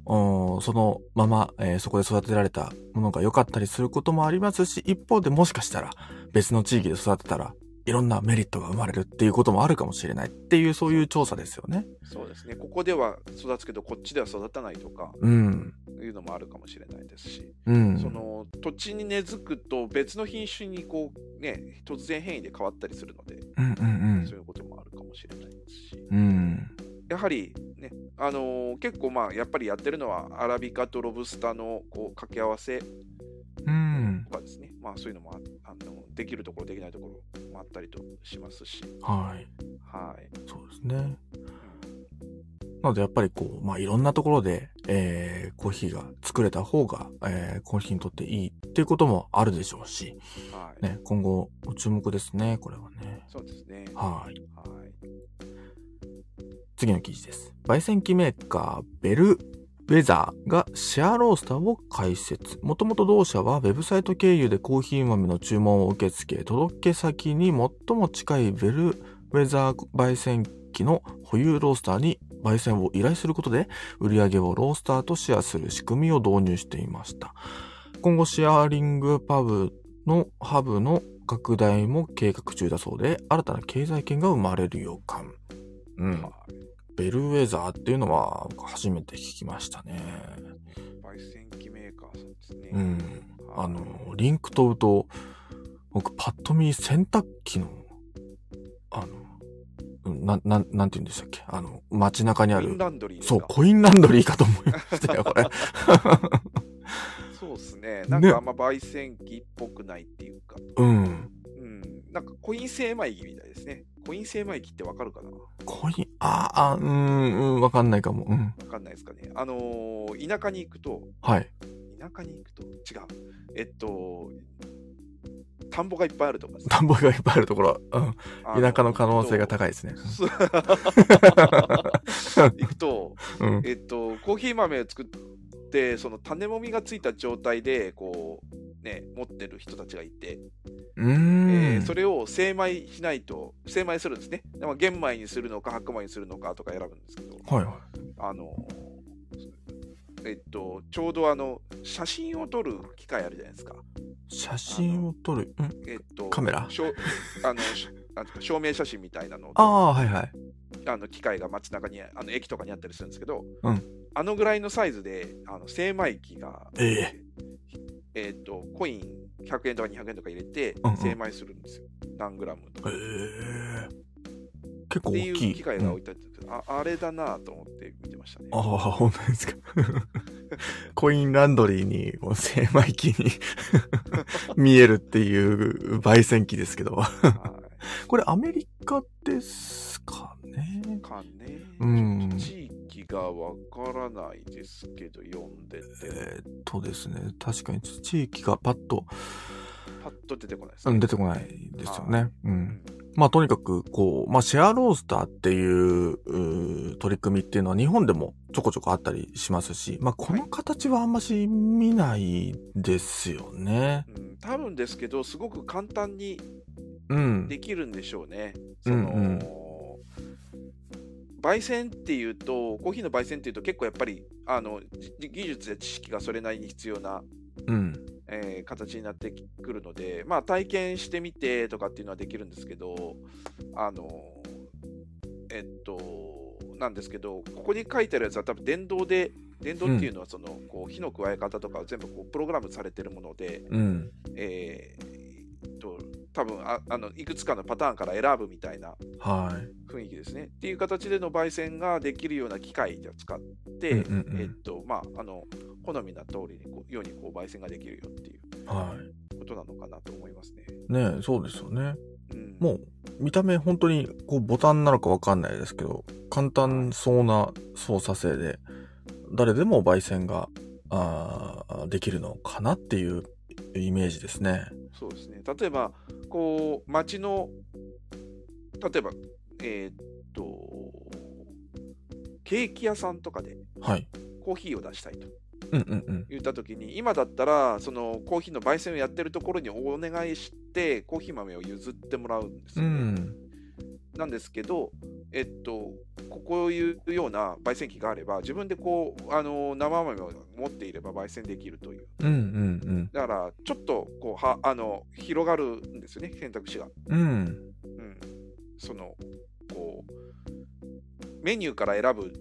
Speaker 1: うんそのまま、えーそこで育てられたものが良かったりすることもありますし、一方でもしかしたら別の地域で育てたら、いろんなメリットが生まれるっていうこともあるかもしれないっていう、そういう調査ですよね。
Speaker 2: そうですねここでは育つけどこっちでは育たないとか
Speaker 1: うん。
Speaker 2: いうのもあるかもしれないですし、
Speaker 1: うん。
Speaker 2: その土地に根付くと別の品種にこうね突然変異で変わったりするので、
Speaker 1: うんうん
Speaker 2: そういうこともあるかもしれないですし
Speaker 1: うん。うん。
Speaker 2: やはりねあのー結構まあやっぱりやってるのはアラビカとロブスターのこう掛け合わせ
Speaker 1: うん。
Speaker 2: とかですね、まあそういうのもああのできるところできないところもあったりとしますし
Speaker 1: はい。
Speaker 2: はい
Speaker 1: そうですね。なのでやっぱりこう、まあ、いろんなところで、えー、コーヒーが作れた方が、えー、コーヒーにとっていいっていうこともあるでしょうし、
Speaker 2: はい。
Speaker 1: ね、今後、注目ですね、これはね。
Speaker 2: そうですね。
Speaker 1: はい。
Speaker 2: はい。
Speaker 1: 次の記事です。焙煎機メーカー、ベル、ウェザーがシェアロースターを開設。もともと同社はウェブサイト経由でコーヒー豆の注文を受け付け、届け先に最も近いベルウェザー焙煎機の保有ロースターに焙煎を依頼することで、売り上げをロースターとシェアする仕組みを導入していました。今後シェアリングパブのハブの拡大も計画中だそうで、新たな経済圏が生まれる予感。うん。
Speaker 2: はい
Speaker 1: ベルウェザーっていうのは僕初めて聞きましたね。
Speaker 2: 焙煎機メーカーさんですね。
Speaker 1: うん。
Speaker 2: はい
Speaker 1: あの、リンク飛ぶと、僕パッと見洗濯機の、あの、うんな、なん、なんて言うんでしたっけあの、街中にあ
Speaker 2: コイン
Speaker 1: る。
Speaker 2: ランドリーです
Speaker 1: そう、
Speaker 2: か
Speaker 1: コインランドリーかと思いましたよ、これ。
Speaker 2: そうですね。なんかあんま焙煎機っぽくないっていうか、
Speaker 1: うん。
Speaker 2: うん。なんかコイン精米機みたいですね。コイン精米機ってわかるかなわ
Speaker 1: コイン、ああ、うーん、うん、わかんないかも。うん。
Speaker 2: かんないですかね。あのー田舎に行くと、
Speaker 1: はい。
Speaker 2: 田舎に行くと、違う。えっと、田んぼがいっぱいあるとか
Speaker 1: 田んぼがいっぱいあるところ、う
Speaker 2: あ
Speaker 1: ん。田舎の可能性が高いですね。
Speaker 2: そう 行くと、
Speaker 1: うん。
Speaker 2: えっと、コーヒー豆を作って、その種もみがついた状態で、こう、ね、持ってる人たちがいて、
Speaker 1: うーん。
Speaker 2: えーそれを精米しないと、精米するんですね。だから玄米にするのか、白米にするのかとか選ぶんですけど、
Speaker 1: はいはい。
Speaker 2: あの、えっと、ちょうどあの、写真を撮る機械あるじゃないですか。
Speaker 1: 写真を撮る。うん。
Speaker 2: えっと、
Speaker 1: カメラ
Speaker 2: しょ あの、しなんていうか証明写真みたいなのを
Speaker 1: ああ、はいはい。
Speaker 2: あの機械が街中にあの駅とかにあったりするんですけど、
Speaker 1: うん
Speaker 2: あのぐらいのサイズであの精米機が、
Speaker 1: ええ
Speaker 2: えーとコイン100円とか200円とか入れて
Speaker 1: うんうん
Speaker 2: 精米するんですよ、何グラムとか。
Speaker 1: ええ結構
Speaker 2: って
Speaker 1: 大
Speaker 2: いう
Speaker 1: きい。
Speaker 2: 機械が
Speaker 1: う
Speaker 2: 置
Speaker 1: ん
Speaker 2: いてあって、ああれだなと思って見てましたね。
Speaker 1: ああ、本当ですか。 コインランドリーに、こう精米機に 見えるっていう焙煎機ですけど。
Speaker 2: はい
Speaker 1: これアメリカですかね。
Speaker 2: かね、
Speaker 1: うん
Speaker 2: ちょっと地域がわからないですけど、読んでて、
Speaker 1: えーっとですね、確かに地域がパッと
Speaker 2: パッと出てこないです、
Speaker 1: うん出てこないですよね。う。
Speaker 2: うんん
Speaker 1: まあとにかく、こう、まあシェアロースターっていううー取り組みっていうのは日本でもちょこちょこあったりしますし、まあこの形はあんまし見ないですよね。
Speaker 2: うん多分ですけど、すごく簡単に
Speaker 1: うん。
Speaker 2: できるんでしょうね。
Speaker 1: う
Speaker 2: そ
Speaker 1: ん
Speaker 2: の、
Speaker 1: うん
Speaker 2: 焙煎っていうとコーヒーの焙煎っていうと結構やっぱりあのじ技術や知識がそれなりに必要な、
Speaker 1: うん。
Speaker 2: えー形になってくるのでまあ体験してみてとかっていうのはできるんですけどあのえっとなんですけどここに書いてあるやつは多分電動で電動っていうのはその、こう火の加え方とか全部こうプログラムされてるもので、
Speaker 1: うん。
Speaker 2: えー、と多分ああのいくつかのパターンから選ぶみたいな
Speaker 1: はい。
Speaker 2: 雰囲気ですね。っていう形での焙煎ができるような機械を使って、
Speaker 1: うんうんうん
Speaker 2: えっとまあ、あの好みな通りにこうようにこう焙煎ができるよっていう
Speaker 1: は
Speaker 2: ことなのかなと思いますね。
Speaker 1: い。ねえそうですよね。
Speaker 2: うん、
Speaker 1: もう、見た目本当に、こう、ボタンなのかわかんないですけど、簡単そうな操作性で、誰でも焙煎が、あーできるのかなっていうイメージですね。
Speaker 2: そうですね例えばこう街の例えばえーっとケーキ屋さんとかで
Speaker 1: はい。
Speaker 2: コーヒーを出したいと。
Speaker 1: うんうんうん。
Speaker 2: 言った時に今だったらそのコーヒーの焙煎をやってるところにお願いしてコーヒー豆を譲ってもらうんです
Speaker 1: う
Speaker 2: よね、
Speaker 1: ん。
Speaker 2: なんですけどえっとここういうような焙煎機があれば自分でこうあの生豆を持っていれば焙煎できるという
Speaker 1: うんうん
Speaker 2: だからちょっとこうはあの広がるんですよね選択肢が、
Speaker 1: うん。うん。
Speaker 2: うん、そのこうメニューから選ぶ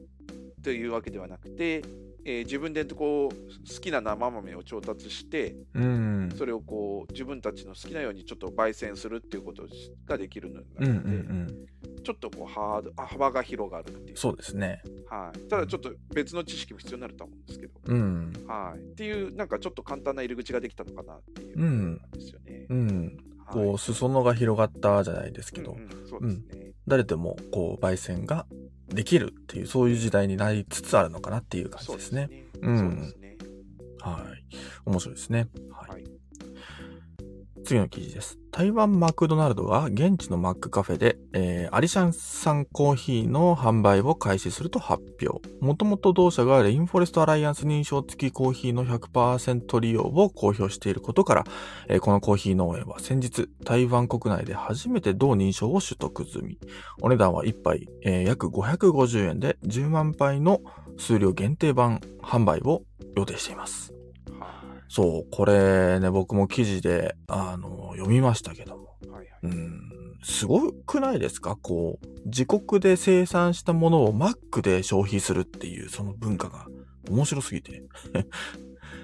Speaker 2: というわけではなくて、えー自分でこう好きな生豆を調達して、
Speaker 1: うん。
Speaker 2: それをこう自分たちの好きなようにちょっと焙煎するっていうことができるのに
Speaker 1: うんうんう
Speaker 2: なって、
Speaker 1: ん。
Speaker 2: ちょっとこうハードあ幅が広がるっていう
Speaker 1: そうですね。
Speaker 2: はい、ただちょっと別の知識も必要になると思うんですけど、
Speaker 1: うん。
Speaker 2: はい、っていうなんかちょっと簡単な入り口ができたのかなってい
Speaker 1: う
Speaker 2: う感
Speaker 1: ん
Speaker 2: じですよね。
Speaker 1: うん。
Speaker 2: はい
Speaker 1: こう、裾野が広がったじゃないですけど
Speaker 2: う、んうんそうですね、
Speaker 1: 誰でも、こう、焙煎ができるっていう、そういう時代になりつつあるのかなっていう感じですね。
Speaker 2: そうですね
Speaker 1: うん
Speaker 2: そうですね。
Speaker 1: はい。面白いですね。はい。
Speaker 2: はい
Speaker 1: 次の記事です。台湾マクドナルドが現地のマックカフェで、えーアリシャン産コーヒーの販売を開始すると発表。もともと同社がレインフォレストアライアンス認証付きコーヒーの100%利用を公表していることから、えーこのコーヒー農園は先日、台湾国内で初めて同認証を取得済み。お値段は1杯、えー約550円で10万杯の数量限定版販売を予定しています。
Speaker 2: は
Speaker 1: そう、これね、僕も記事で、あの、読みましたけども。
Speaker 2: い。はい。
Speaker 1: う
Speaker 2: はい。
Speaker 1: ん、すごくないですかこう、自国で生産したものをマックで消費するっていう、その文化が面白すぎて。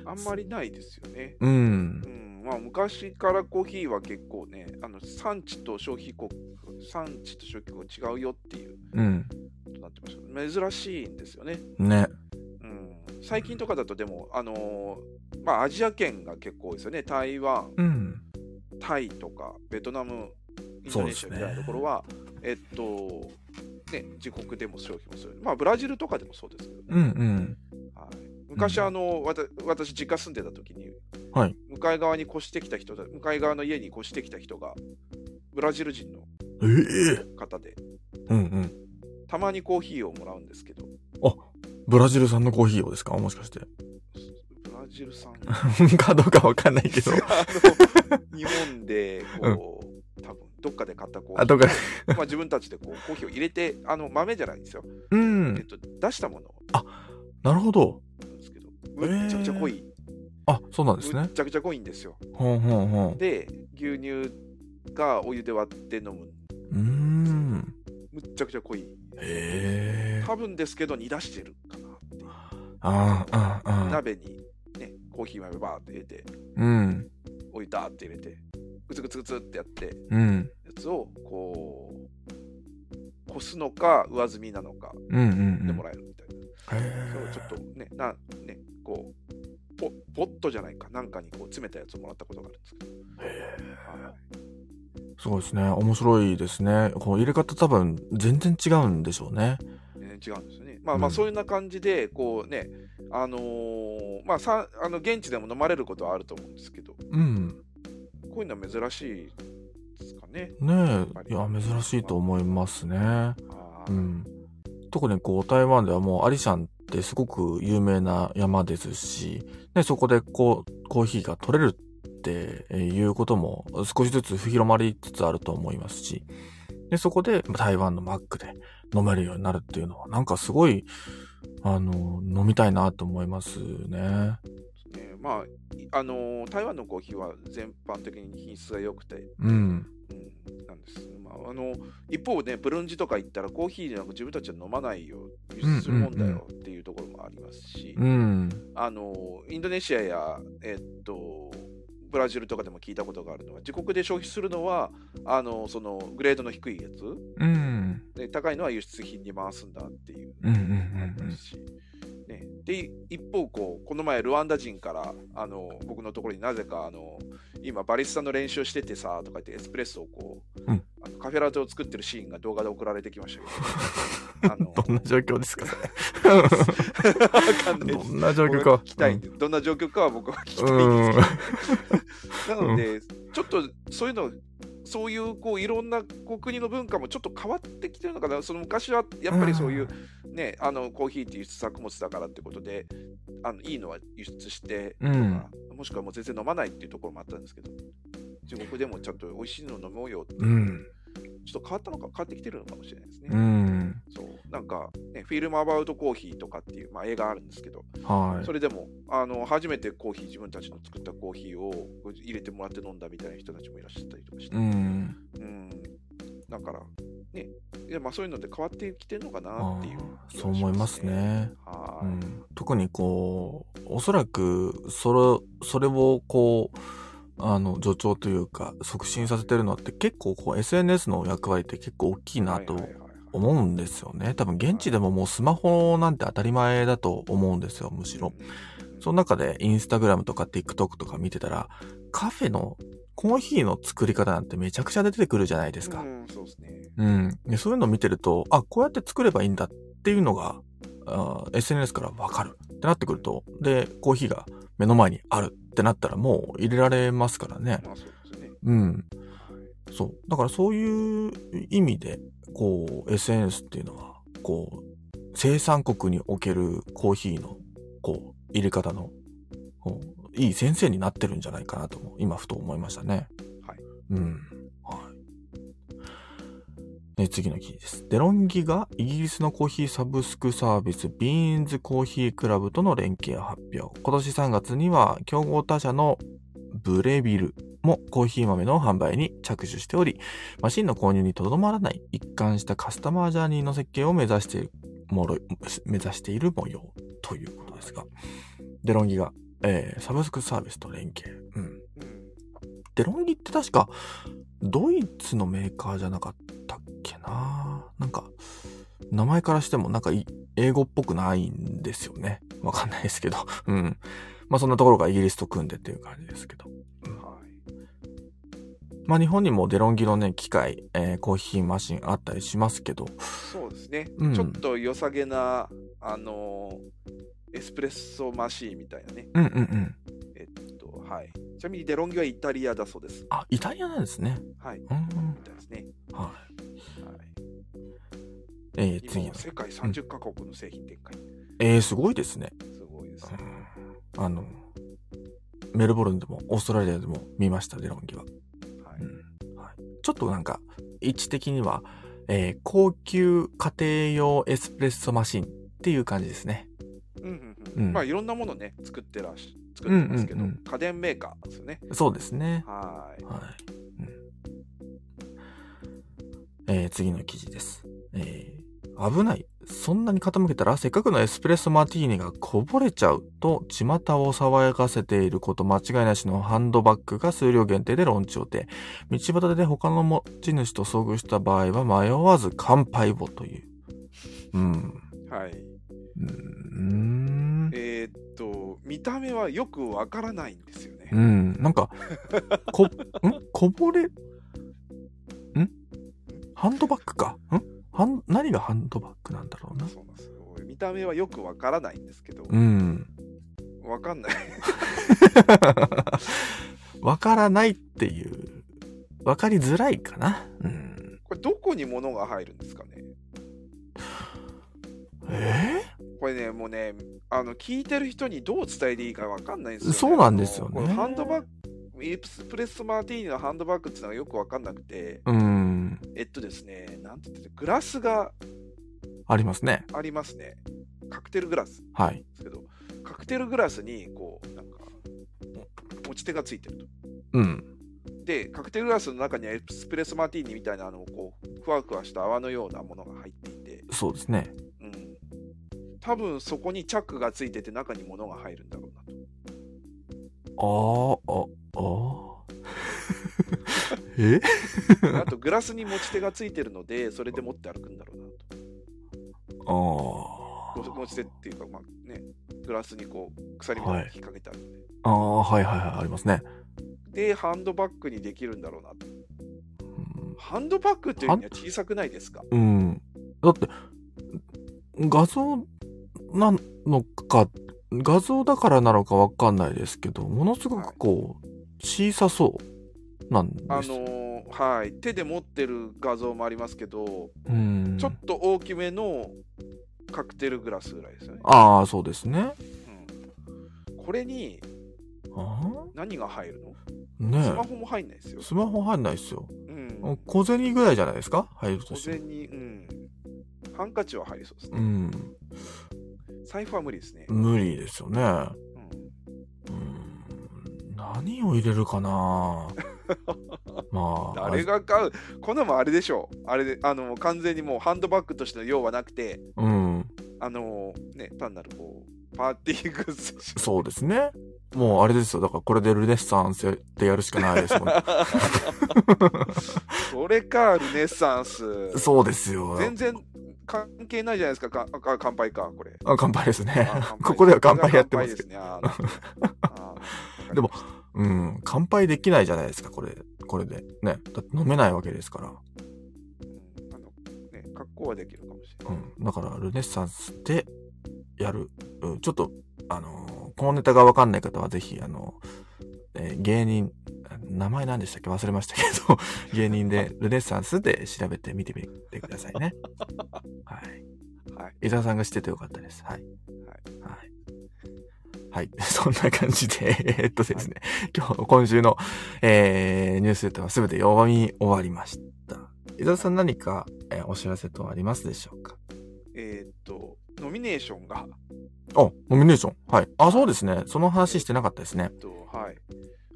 Speaker 2: あんまりないですよね。
Speaker 1: う、
Speaker 2: うんん。まあ、昔からコーヒーは結構ね、あの産地と消費国、産地と消費国が違うよっていう
Speaker 1: うん、
Speaker 2: ことになってました。珍しいんですよね。
Speaker 1: ね。
Speaker 2: うん。最近とかだと、でも、あのーまあ、アジア圏が結構多いですよね。台湾、
Speaker 1: うん、
Speaker 2: タイとかベトナム、イン
Speaker 1: そ
Speaker 2: ド
Speaker 1: う
Speaker 2: ネ
Speaker 1: です
Speaker 2: シア
Speaker 1: ね
Speaker 2: みたいなところは、えっと、ね、自国でも消費もする。まあ、ブラジルとかでもそうですけどね。
Speaker 1: うん、うん。
Speaker 2: はい、昔、あの、わた私、実家住んでた時に、
Speaker 1: はい
Speaker 2: 向かい側に越してきた人だ、向かい側の家に越してきた人が、ブラジル人の
Speaker 1: ええ
Speaker 2: 方で、
Speaker 1: うん、うん。
Speaker 2: たまにコーヒーをもらうんですけど、
Speaker 1: ブラジル産のコーヒーをですかもしかして。
Speaker 2: ブラジル産
Speaker 1: かどうかわかんないけど。
Speaker 2: あの日本でこう、多分どっかで買ったコーヒー
Speaker 1: あどっかで
Speaker 2: まあ自分たちでこうコーヒーを入れてあの豆じゃないんですよ、
Speaker 1: う
Speaker 2: えっ
Speaker 1: ん、
Speaker 2: と、出したもの
Speaker 1: なるほど。
Speaker 2: なんですけどむっちゃくちゃ濃い、
Speaker 1: あ、そうなんです
Speaker 2: むっ
Speaker 1: ね。
Speaker 2: ちゃくちゃ濃いんですよ
Speaker 1: ほんほんほん。
Speaker 2: で牛乳がお湯で割って飲む
Speaker 1: うーん。
Speaker 2: むっちゃくちゃ濃い
Speaker 1: へえ。
Speaker 2: 多分ですけど煮出してるかなっていう
Speaker 1: ああ、ああ、
Speaker 2: 鍋に、ね、コーヒー豆バーって入れて
Speaker 1: うん、
Speaker 2: お湯ダーって入れてグツグツグツってやってや
Speaker 1: うん、
Speaker 2: つをこうこすのか上澄みなのか
Speaker 1: うん、うん。うん
Speaker 2: でもらえるみたいな、
Speaker 1: へ
Speaker 2: それをちょっとねなねこうポポットじゃないかなんかにこう詰めたやつをもらったことがあるんですけど
Speaker 1: え。
Speaker 2: はい
Speaker 1: すごいですね。面白いですね。こう入れ方多分全然違うんでしょうね。
Speaker 2: 全然違うんですよね。まあま
Speaker 1: う
Speaker 2: あ
Speaker 1: ん
Speaker 2: そういうような感じでこうね、あのーまあさあの現地でも飲まれることはあると思うんですけど、こ
Speaker 1: うん。
Speaker 2: ういうのは珍しいですかね。
Speaker 1: ね
Speaker 2: ぱ
Speaker 1: え。い
Speaker 2: り
Speaker 1: や、珍しいと思いますね。
Speaker 2: あ
Speaker 1: う
Speaker 2: ー
Speaker 1: ん。特にこう台湾ではもうアリシャンってすごく有名な山ですし、ね、そこでこうコーヒーが取れるっていうことも少しずつ広まりつつあると思いますし、でそこで台湾のマックで飲めるようになるっていうのはなんかすごい、あの、飲みたいなと思いますね。
Speaker 2: ねまあいあのー台湾のコーヒーは全般的に品質が良くて、
Speaker 1: うん。
Speaker 2: うん、なんです。まああの一方ねブルンジとか行ったらコーヒーじゃなく自分たちは飲まないよ輸出するもんだよっていうところもありますし、
Speaker 1: うん。
Speaker 2: あのインドネシアや、えっと、ブラジルとかでも聞いたことがあるのは自国で消費するのはあのそのグレードの低いやつ
Speaker 1: うん。
Speaker 2: で高いのは輸出品に回すんだっていう
Speaker 1: うんうんうんうん
Speaker 2: 話し、ね、で一方こうこの前ルワンダ人からあの僕のところになぜかあの今バリスタの練習しててさとか言ってエスプレッソをこう、
Speaker 1: うん
Speaker 2: あのカフェラテを作ってるシーンが動画で送られてきましたけ どあの
Speaker 1: どんな状況 ですか
Speaker 2: わかんないで す
Speaker 1: どんな状況
Speaker 2: これ
Speaker 1: か。
Speaker 2: 聞きたいんで、どんな状況かは僕は聞きたい
Speaker 1: うん
Speaker 2: んですけど、なので、ちょっとそういうの、そういうこういろんなこう国の文化もちょっと変わってきてるのかな、その昔はやっぱりそういう、ね、あのコーヒーっていう輸出作物だからってことで、あのいいのは輸出してとか、もしくはもう全然飲まないっていうところもあったんですけど、中国でもちょっと美味しいの飲もうよって、
Speaker 1: うん。
Speaker 2: ちょっと変わったのか、変わってきてるのかもしれないですね。
Speaker 1: うん。
Speaker 2: そうなんか、ね、フィルム・アバウト・コーヒーとかっていう、まあ、映画あるんですけど、
Speaker 1: はい
Speaker 2: そ。れでもあの初めてコーヒー自分たちの作ったコーヒーを入れてもらって飲んだみたいな人たちもいらっしゃったりとかして、
Speaker 1: うん。
Speaker 2: うんだからねいやまあそういうので変わってきてるのかなっていう、
Speaker 1: あーそう思いますね。
Speaker 2: は
Speaker 1: う
Speaker 2: い、
Speaker 1: ん、特にこうおそらくそれそれをこうあの助長というか促進させてるのって結構こう SNS の役割って結構大きいなと
Speaker 2: はいはいはいはい
Speaker 1: 思うんですよね。多分現地でももうスマホなんて当たり前だと思うんですよむしろ。
Speaker 2: うん
Speaker 1: その中でインスタグラムとか TikTok とか見てたらカフェのコーヒーの作り方なんてめちゃくちゃ出てくるじゃないですか
Speaker 2: う。ん、そうですね。
Speaker 1: うん。でそういうのを見てると、あ、こうやって作ればいいんだっていうのが、あー SNS からわかるってなってくると、で、コーヒーが目の前にあるってなったらもう入れられますからね。
Speaker 2: まあそうですね。
Speaker 1: うん。
Speaker 2: はい
Speaker 1: そう。だからそういう意味で、こう、SNS っていうのは、こう、生産国におけるコーヒーの、こう、入れ方の、こういい先生になってるんじゃないかなとも、今ふと思いましたね。
Speaker 2: はい。
Speaker 1: うん。はい。で、次の記事です。デロンギがイギリスのコーヒーサブスクサービス、ビーンズコーヒークラブとの連携を発表。今年3月には、競合他社のブレビルもコーヒー豆の販売に着手しており、マシンの購入にとどまらない一貫したカスタマージャーニーの設計を目指しているもろ目指している模様ということですが、デロンギが、えーサブスクサービスと連携。うん。
Speaker 2: うん。
Speaker 1: デロンギって確かドイツのメーカーじゃなかったっけななんか、名前からしてもなんかい英語っぽくないんですよね。わかんないですけど。うん。まあそんなところがイギリスと組んでっていう感じですけど。
Speaker 2: はい。
Speaker 1: まあ日本にもデロンギのね、機械、えーコーヒーマシンあったりしますけど、
Speaker 2: そうですね。
Speaker 1: うん
Speaker 2: ちょっと良さげな、あのーエスプレッソマシーンみたいなね。
Speaker 1: うんうんうん。
Speaker 2: えっと、はい。ちなみにデロンギはイタリアだそうです。
Speaker 1: あ、イタリアなんですね。
Speaker 2: はい。み
Speaker 1: うんうん。
Speaker 2: たいですね。
Speaker 1: は
Speaker 2: はい。
Speaker 1: い。えー、次
Speaker 2: 今
Speaker 1: の。
Speaker 2: 世界30カ国の製品展開。
Speaker 1: えー、すごいですね。
Speaker 2: すごいですね。
Speaker 1: うんあの、メルボルンでもオーストラリアでも見ました、デロンギは。
Speaker 2: は
Speaker 1: う
Speaker 2: い。
Speaker 1: んはい、ちょっとなんか、位置的には、えー高級家庭用エスプレッソマシンっていう感じですね。
Speaker 2: うんうんう
Speaker 1: うん
Speaker 2: ん。まあいろんなものね、作ってらし、作ってますけど、
Speaker 1: うんうんうん
Speaker 2: 家電メーカーですよね。
Speaker 1: そうですね。
Speaker 2: はい。
Speaker 1: はい。うん、えー次の記事です。えー危ない。そんなに傾けたら、せっかくのエスプレッソマティーニがこぼれちゃうと、巷を騒がせていること間違いなしのハンドバッグが数量限定でローンチ予定。道端で他の持ち主と遭遇した場合は、迷わず乾杯をという。うん。
Speaker 2: はい。
Speaker 1: うーん。
Speaker 2: えーっと、見た目はよくわからないんですよね。
Speaker 1: うん。なん か、こ、んこぼれ、んハンドバッグか。んはん何がハンドバッグなんだろうな。
Speaker 2: そうなんですよ見た目はよくわからないんですけど、
Speaker 1: うん。
Speaker 2: わかんない。
Speaker 1: わからないっていう、わかりづらいかな。うん。
Speaker 2: これどこに物が入るんですかね
Speaker 1: え
Speaker 2: これね、もうね、あの聞いてる人にどう伝えていいかわかんないんですよ、ね。
Speaker 1: そうなんですよね
Speaker 2: このハンドバッグ、エスプレッソマーティーニのハンドバッグっていうのがよくわかんなくて、
Speaker 1: ー、うん。
Speaker 2: えっとですね、なんて言ってたグラスが
Speaker 1: ありますね。
Speaker 2: ありますね。カクテルグラスで
Speaker 1: はい。
Speaker 2: すけど、カクテルグラスに、こう、なんか、持ち手がついてると。
Speaker 1: うん。
Speaker 2: で、カクテルグラスの中にはエスプレッソマーティーニみたいな、あの、こう、ふわふわした泡のようなものが入っていて、
Speaker 1: そうですね。
Speaker 2: うん。多分そこにチャックがついてて中に物が入るんだろうなと。
Speaker 1: あー、あ、あー。 え
Speaker 2: あとグラスに持ち手がついてるので、それで持って歩くんだろうな
Speaker 1: ああ
Speaker 2: と。ご持手っていうか、まあね、グラスにこう、鎖みたいなの引っ掛けてあるので。
Speaker 1: ああ、はいはいはい、ありますね。
Speaker 2: で、ハンドバッグにできるんだろうなと。
Speaker 1: うん
Speaker 2: ハンドバッグっていうには小さくないですか
Speaker 1: うん。だって、画像なのか、画像だからなのかわかんないですけど、ものすごくこう、小さそうなんです。
Speaker 2: あのーはい、手で持ってる画像もありますけど、
Speaker 1: うん
Speaker 2: ちょっと大きめのカクテルグラスぐらいですよね。
Speaker 1: ああ、そうですね。
Speaker 2: うんこれに
Speaker 1: あ
Speaker 2: 何が入るの
Speaker 1: ー
Speaker 2: スマ
Speaker 1: ね
Speaker 2: ホも入んないですよ
Speaker 1: え。。スマホ入んないですよ。
Speaker 2: うん、
Speaker 1: 小銭ぐらいじゃないですか入ると
Speaker 2: 小
Speaker 1: して。
Speaker 2: 銭に、うん、ハンカチは入りそうです
Speaker 1: う
Speaker 2: ね。
Speaker 1: ん。
Speaker 2: 財布は無理ですね。
Speaker 1: 無理ですよね。
Speaker 2: うん
Speaker 1: うん。何を入れるかな まあ。
Speaker 2: 誰が買うこんなもんあれでしょう。あれで、あの、完全にもうハンドバッグとしての用はなくて、
Speaker 1: うん。
Speaker 2: あのね、単なるこう、パーティー グッズでしょ
Speaker 1: そうですね。もうあれですよ。だからこれでルネッサンスでやるしかないですもん、 ね。
Speaker 2: それか、ルネッサンス。
Speaker 1: そうですよ。
Speaker 2: 全然関係ないじゃないですか、かあ乾杯か、これ。
Speaker 1: あ乾杯ですね
Speaker 2: あ乾杯。
Speaker 1: ここでは乾杯やってますけ
Speaker 2: これが乾杯ですね。あーなるほどあーわかりました
Speaker 1: ど。でも、うん、乾杯できないじゃないですか、これ、これで。ね。だって飲めないわけですから。
Speaker 2: うんあのね、格好はできるかもしれ
Speaker 1: う
Speaker 2: ない。
Speaker 1: ん、だからルネッサンスでやる、うん、ちょっとあのーこのネタが分かんない方はぜひあの、えー芸人名前何でしたっけ忘れましたけど 芸人でルネッサンスで調べてみてみてくださいねはい
Speaker 2: はい
Speaker 1: 伊沢さんが知っててよかったですはい
Speaker 2: はい
Speaker 1: はい、はい、 そんな感じでえーっとですね、今日今週の、えーニュースレターは全て読み終わりました伊沢さん何か、えーお知らせとありますでしょうか
Speaker 2: えーっと、ノミネーションが、
Speaker 1: あ、ノミネーション。はい。あ、そうですね。その話してなかったですね
Speaker 2: え。っとはい、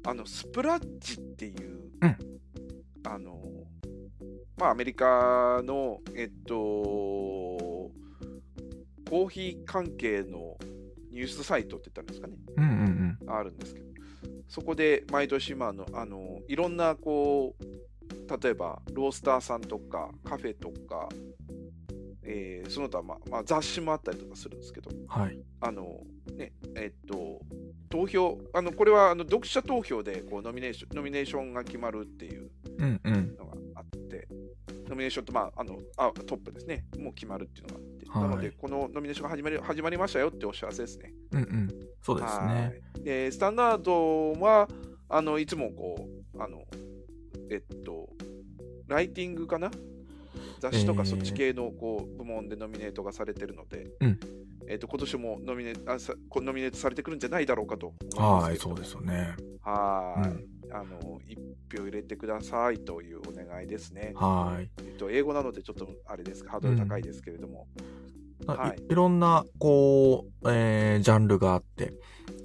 Speaker 2: あのスプラッジっていう、
Speaker 1: うん
Speaker 2: あのまあ、アメリカの、えっと、コーヒー関係のニュースサイトって言ったんですかね、
Speaker 1: うんうん
Speaker 2: あるんですけど、そこで毎年、まあ、あのあのいろんなこう、例えばロースターさんとかカフェとか、えーその他、まあまあ、雑誌もあったりとかするんですけど、
Speaker 1: うん。はい。
Speaker 2: あのねえっと投票あのこれはあの読者投票でこうノミネーションノミネーションが決まるっていう
Speaker 1: うんうん。
Speaker 2: のがあってノミネーションと、まあ、あのあトップですねもう決まるっていうのがあって、
Speaker 1: はい
Speaker 2: なのでこのノミネーションが始まり始まりましたよってお知らせですね。
Speaker 1: うんうん。そうです
Speaker 2: は
Speaker 1: ね。
Speaker 2: いでスタンダードはあのいつもこうあのえっとライティングかな雑誌と
Speaker 1: え
Speaker 2: か
Speaker 1: ー
Speaker 2: そっち系のこう部門でノミネートがされてるので、
Speaker 1: うん
Speaker 2: えっと今年もノミネあさこノミネートされてくるんじゃないだろうかと思
Speaker 1: はい、
Speaker 2: け
Speaker 1: そ
Speaker 2: れど
Speaker 1: うですよね。
Speaker 2: は
Speaker 1: う
Speaker 2: ーい、
Speaker 1: ん。
Speaker 2: あの一票入れてくださいというお願いですね、
Speaker 1: はい。
Speaker 2: えっと英語なのでちょっとあれですかハードル高いですけれども、はい
Speaker 1: いいろんな、こう、えージャンルがあって、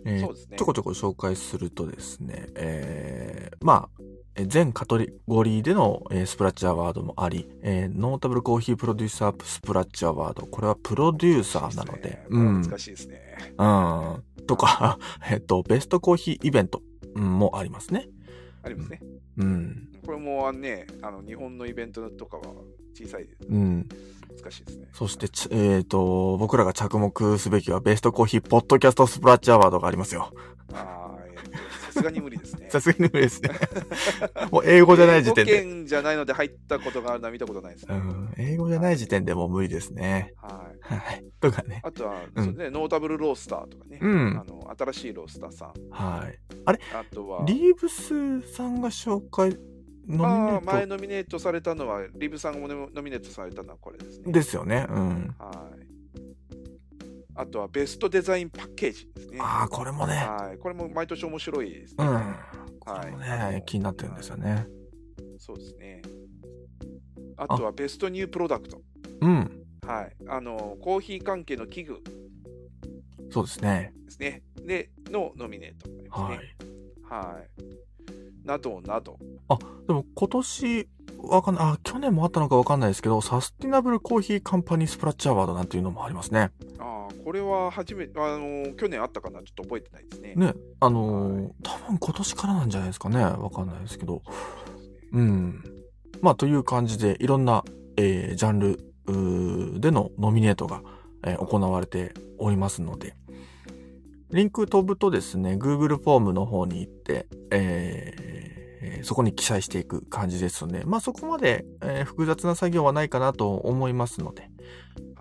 Speaker 1: えー
Speaker 2: そうですね
Speaker 1: ちょこちょこ紹介するとですね、えーまあ、えー全カテゴリーでの、えースプラッチアワードもあり、えーノータブルコーヒープロデューサースプラッチアワード、これはプロデューサーなので、
Speaker 2: そう
Speaker 1: うん。
Speaker 2: すね難しいですね、
Speaker 1: うん。とか、 えっと、ベストコーヒーイベントうんもありますね。
Speaker 2: ありますね
Speaker 1: うん。
Speaker 2: これもね、あの日本のイベントとかは小さいです、
Speaker 1: うん。
Speaker 2: 難し いですね。
Speaker 1: そして、ちえっ、と、僕らが着目すべきはベストコーヒーポッドキャストスプラッチアワードがありますよ。
Speaker 2: あーえっとさすがに無理ですね。
Speaker 1: さすがに無理ですね。 もう英語じゃない時点
Speaker 2: 英
Speaker 1: で。
Speaker 2: 語圏じゃないので入ったことがあるのは見たことないです
Speaker 1: う
Speaker 2: ね。
Speaker 1: ん。英語じゃない時点でもう無理ですね。
Speaker 2: はい。
Speaker 1: はい。とかね。
Speaker 2: あとは、
Speaker 1: うん
Speaker 2: そうね、ノータブルロースターとかね、
Speaker 1: うん
Speaker 2: あの新しいロースターさん、
Speaker 1: はい。
Speaker 2: あとは、
Speaker 1: リーブスさんが紹介、
Speaker 2: ま
Speaker 1: ノ
Speaker 2: あ、
Speaker 1: ミネ
Speaker 2: 前
Speaker 1: ー
Speaker 2: ノミネートされたのは、リブさんがノミネートされたのはこれです
Speaker 1: ト
Speaker 2: ね。
Speaker 1: ですよね。うん。
Speaker 2: はい。あとは、ベストデザインパッケージですね。
Speaker 1: ああ、これもね。
Speaker 2: はい。これも毎年面白いです
Speaker 1: う
Speaker 2: ね。
Speaker 1: ん。これも
Speaker 2: は
Speaker 1: ね
Speaker 2: い、
Speaker 1: 気になってるんですよね。
Speaker 2: そうですね。あとはベストニュープロダクト。
Speaker 1: うん。
Speaker 2: はい。あの、コーヒー関係の器具
Speaker 1: そうですね。
Speaker 2: ですね。で、のノミネートになります
Speaker 1: は
Speaker 2: ね。
Speaker 1: い。
Speaker 2: はい。などなど。
Speaker 1: でも今年、わかんない、あ、去年もあったのかわかんないですけど、サスティナブルコーヒーカンパニースプラッチアワードなんていうのもありますね。
Speaker 2: ああ、これは初めて、あの、去年あったかなちょっと覚えてないですね。
Speaker 1: ね、あのー
Speaker 2: はい
Speaker 1: 多分今年からなんじゃないですかね。わかんないですけど。
Speaker 2: そうですね。
Speaker 1: うん。まあという感じで、いろんな、えージャンルうーでのノミネートが、えー行われておりますので、リンク飛ぶとですね、Google フォームの方に行って、えーえーそこに記載していく感じですので、まあそこまで、えー複雑な作業はないかなと思いますので、
Speaker 2: はい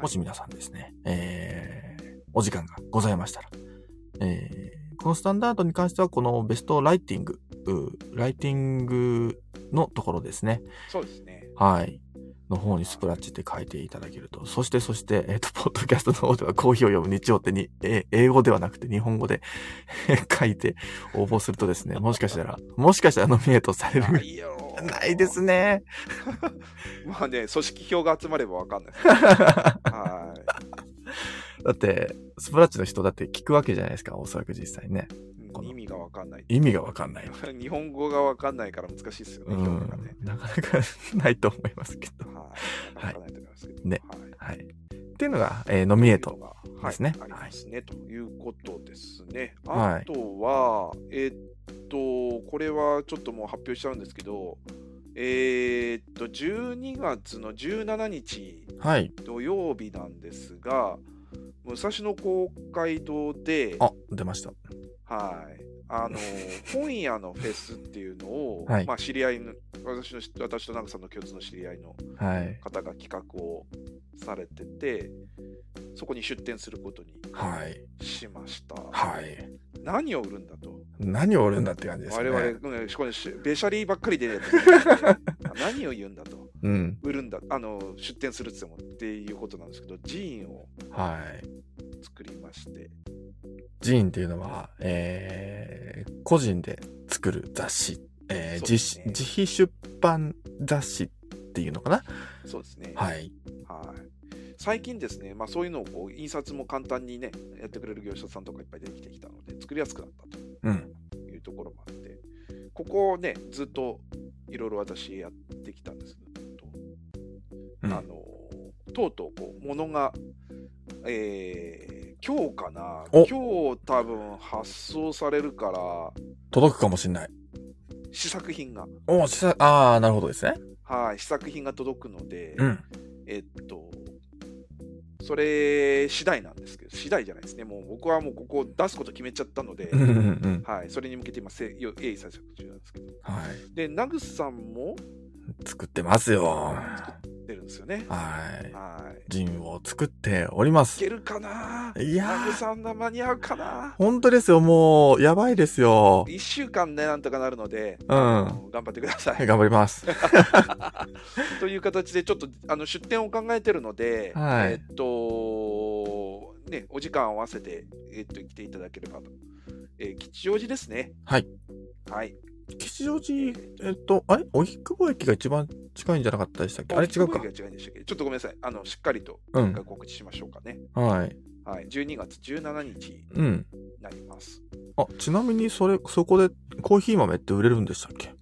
Speaker 1: もし皆さんですね、えーお時間がございましたら、えーこのスタンダードに関しては、このベストライティング、うライティングのところですね。
Speaker 2: そうで すね。
Speaker 1: はい。の方にスプラッチって書いていただけると。そして、そして、えっ、と、 ポッドキャストの方ではコーヒーを読む日曜ってに、えー英語ではなくて日本語で 書いて応募するとですね、もしかしたら、もしかしたらノミネートされ
Speaker 2: な
Speaker 1: る。
Speaker 2: いよ。
Speaker 1: ないです。ね。
Speaker 2: まあね、組織票が集まればわかんないです、 は
Speaker 1: だって、スプラッチの人だって聞くわけじゃないですか、おそらく実際ね。こ
Speaker 2: い。
Speaker 1: の
Speaker 2: 意味がわかんない。
Speaker 1: 意味がわかんない。
Speaker 2: 日本語がわかんないから難しいですよね、
Speaker 1: う
Speaker 2: 表現
Speaker 1: ん
Speaker 2: がね。
Speaker 1: なかなかないと思いますけど。
Speaker 2: はい。なかなかないと思いますけど。
Speaker 1: ね
Speaker 2: は
Speaker 1: は
Speaker 2: い。
Speaker 1: い。っていうのが、えーノミネート。ですね
Speaker 2: はい、あり
Speaker 1: はい
Speaker 2: ますね、ということですね。
Speaker 1: はい
Speaker 2: あとは、えーっと、これはちょっともう発表しちゃうんですけど、えーっと、12月の17日
Speaker 1: はい。
Speaker 2: 土曜日なんですが、武蔵野公会堂で、
Speaker 1: あ、出ました。
Speaker 2: はい。あ のー本屋のフェスっていうのを、
Speaker 1: はい
Speaker 2: まあ、知り合いの私の私と長さんの共通の知り合いの
Speaker 1: はい。
Speaker 2: 方が企画をされててそこに出店することに
Speaker 1: はい。
Speaker 2: しました、
Speaker 1: はい。
Speaker 2: 何を売るんだと、
Speaker 1: 何を売るんだって感じです
Speaker 2: 我
Speaker 1: ね。
Speaker 2: 々、うんしこれしべしゃりばっかりでやってる何を言うんだと
Speaker 1: うん。
Speaker 2: 売るんだあの出店するっつってもっていうことなんですけど寺院を
Speaker 1: はい。
Speaker 2: 作りまして
Speaker 1: 寺院っていうのは、えー、個人で作る雑誌、えー
Speaker 2: そうで
Speaker 1: 自
Speaker 2: す
Speaker 1: し
Speaker 2: ね
Speaker 1: 自費出版雑誌っていうのかな
Speaker 2: そうですね
Speaker 1: はい。
Speaker 2: はい最近ですね、まあ、そういうのをこう印刷も簡単にねやってくれる業者さんとかいっぱい出てきてきたので作りやすくなったと
Speaker 1: うん。
Speaker 2: いうところもあってここをねずっといろいろ私やってきたんですけど、
Speaker 1: うん
Speaker 2: あのとうとうこうものが、えー今日かな今
Speaker 1: お
Speaker 2: 日多分発送されるから
Speaker 1: 届くかもしれない。
Speaker 2: 試作品が
Speaker 1: おしさ、あー、なるほどですね。
Speaker 2: はい試作品が届くので、
Speaker 1: うん。
Speaker 2: えっと、それ次第なんですけど、次第じゃないですね。もう僕はもうここ出すこと決めちゃったので、
Speaker 1: うんうんうん。
Speaker 2: はい、それに向けて今、せよ鋭意作成中なんですけど。
Speaker 1: はい。
Speaker 2: で、ナグスさんも
Speaker 1: 作ってますよ。
Speaker 2: 出るんですよね。
Speaker 1: はい。
Speaker 2: はい。
Speaker 1: ジンを作っておりま
Speaker 2: い
Speaker 1: す。
Speaker 2: けるかない
Speaker 1: やー
Speaker 2: ナグさんが間に合うかな
Speaker 1: 本当ですよ、もう、やばいですよ。
Speaker 2: ?1 週間ね、なんとかなるので、
Speaker 1: うん
Speaker 2: あの頑張ってくださ
Speaker 1: はい
Speaker 2: い。
Speaker 1: 頑張ります。
Speaker 2: という形で、ちょっとあの出店を考えてるので、
Speaker 1: はい
Speaker 2: えっと、ね、お時間を合わせて、えっと、来ていただければと。えー吉祥寺ですね。
Speaker 1: はい。
Speaker 2: はい。
Speaker 1: 吉祥寺、えっと、あれ荻窪駅が一番近いんじゃなかったでしたっけあれ違うか
Speaker 2: 大。きく声が違いでしたっけちょっとごめんなさい。あの、しっかりと
Speaker 1: うん。
Speaker 2: 告知しましょうかね。
Speaker 1: はい。
Speaker 2: はい。12月17日に
Speaker 1: うん。
Speaker 2: なります。
Speaker 1: あ、ちなみに、それ、そこでコーヒー豆って売れるんでしたっけ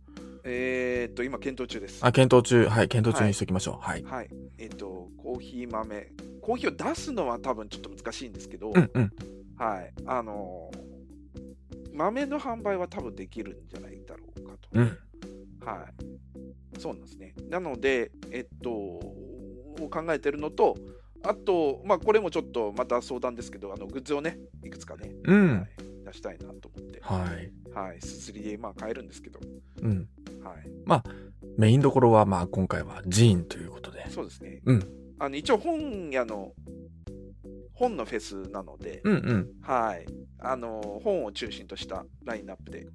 Speaker 2: えーっと、今、検討中です。は
Speaker 1: あ、検討中。はい、検討中にしときましょう。はい。
Speaker 2: い。えっと、コーヒー豆。コーヒーを出すのは多分ちょっと難しいんですけど、
Speaker 1: うんうん。
Speaker 2: はい。あのー豆の販売は多分できるんじゃないだろうかと。
Speaker 1: うん。
Speaker 2: はい。そうなんですね。なので、えっと、を考えてるのと、あと、まあ、これもちょっとまた相談ですけど、あのグッズをね、いくつかね、
Speaker 1: う
Speaker 2: は
Speaker 1: ん
Speaker 2: い。出したいなと思って、
Speaker 1: はい。
Speaker 2: はい、すすりで、まあ、買えるんですけど、
Speaker 1: うん。
Speaker 2: はい、
Speaker 1: メインどころは、まあ、今回は寺院ということで。
Speaker 2: そうですね。
Speaker 1: うん。
Speaker 2: あの一応、本屋の、本のフェスなので、
Speaker 1: うんうん。
Speaker 2: はい、あの、本を中心としたラインナップで、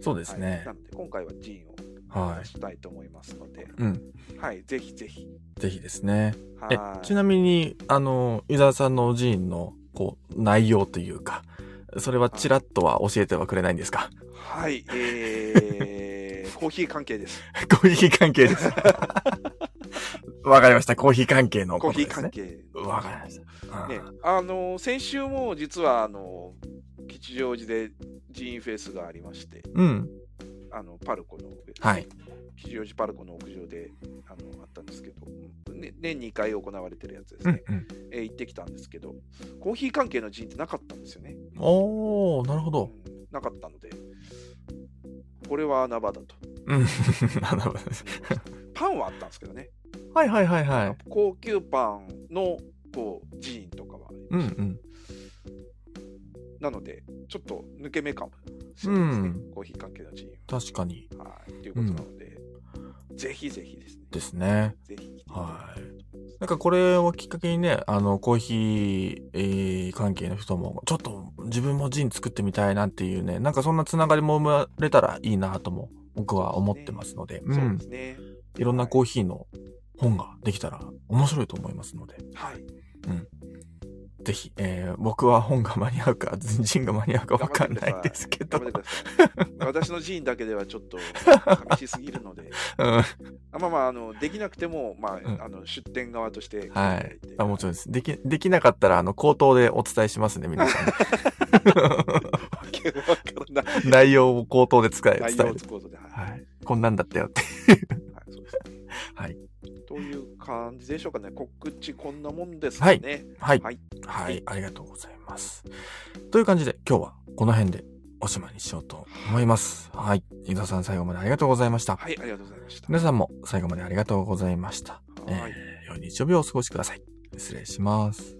Speaker 1: そうです
Speaker 2: はい
Speaker 1: ね
Speaker 2: な。ので、今回はジーンを
Speaker 1: は
Speaker 2: 出したいと思いますので、
Speaker 1: い。うん。
Speaker 2: はい、ぜひぜひ。
Speaker 1: ぜひですね。え
Speaker 2: は、い
Speaker 1: ちなみに、あの、伊沢さんの寺院の、こう、内容というか、それはちらっとは教えてはくれないんですか
Speaker 2: はい、えー、コーヒー関係です。
Speaker 1: コーヒー関係 です。わかりました。コーヒー関係のこ
Speaker 2: コー
Speaker 1: と
Speaker 2: ヒー
Speaker 1: です
Speaker 2: 関
Speaker 1: ね。
Speaker 2: 係。
Speaker 1: わかりました。うん
Speaker 2: ね、あの先週も実はあの吉祥寺で寺院フェスがありまして、
Speaker 1: うん。
Speaker 2: あのパルコの、
Speaker 1: はい。
Speaker 2: 吉祥寺パルコの屋上であのあったんですけど、うんね、年2回行われてるやつです
Speaker 1: うん
Speaker 2: ね、
Speaker 1: うん。
Speaker 2: えー行ってきたんですけど、コーヒー関係の寺院ってなかったんですよね。
Speaker 1: おー、なるほ
Speaker 2: う
Speaker 1: ど。
Speaker 2: ん、なかったので、これは穴場だと。
Speaker 1: うん。 なるほどです
Speaker 2: パンはあったんですけどね、
Speaker 1: はいはいはいはい。
Speaker 2: 高級パンのこう寺院とかはあり
Speaker 1: うんう
Speaker 2: ました
Speaker 1: ん。
Speaker 2: なので、ちょっと抜け目かもしれないですね、
Speaker 1: う
Speaker 2: コーヒー関係の寺院は。
Speaker 1: 確かに。
Speaker 2: はい、ということなので、ぜひぜひですね。
Speaker 1: ですね。
Speaker 2: ぜひ来ていただ
Speaker 1: は
Speaker 2: き
Speaker 1: い
Speaker 2: たい。
Speaker 1: なんかこれをきっかけにね、あの、コーヒー、えー関係の人も、ちょっと自分もジン作ってみたいなっていうね、なんかそんなつながりも生まれたらいいなとも、僕は思ってますので、う
Speaker 2: そうんで。すね。
Speaker 1: いろんなコーヒーの本ができたら面白いと思いますので、
Speaker 2: はい。
Speaker 1: ぜひ、えー僕は本が間に合うか、ジンが間に合うかわかんないですけど、
Speaker 2: 頑
Speaker 1: う
Speaker 2: 張
Speaker 1: ん
Speaker 2: ってくださ い。私の寺院だけではちょっと寂しすぎるので、あまあまあ、あのできなくても、ま
Speaker 1: うん
Speaker 2: あ、あの出店側として来ていた
Speaker 1: は
Speaker 2: だ
Speaker 1: い
Speaker 2: いて、。
Speaker 1: あ、もちろんです。でき、できなかったら、あの、口頭でお伝えしますね、皆さ ん。
Speaker 2: わけわからない。
Speaker 1: 内容を口頭で使え、伝
Speaker 2: 内
Speaker 1: え
Speaker 2: 容を
Speaker 1: る。
Speaker 2: つこうとで、はい。
Speaker 1: はい。こんなんだったよって。
Speaker 2: はい、そうですね。
Speaker 1: はい。
Speaker 2: という感じでしょうかね。告知こんなもんです
Speaker 1: は
Speaker 2: か
Speaker 1: い
Speaker 2: ね。
Speaker 1: はい。
Speaker 2: はい
Speaker 1: はい。ありがとうございます。という感じで、今日はこの辺でおしまいにしようと思います。はい。伊沢さん、最後までありがとうございました。
Speaker 2: はい、ありがとうございました。
Speaker 1: 皆さんも最後までありがとうございました。
Speaker 2: はい
Speaker 1: えー良い日曜日をお過ごしください。失礼します。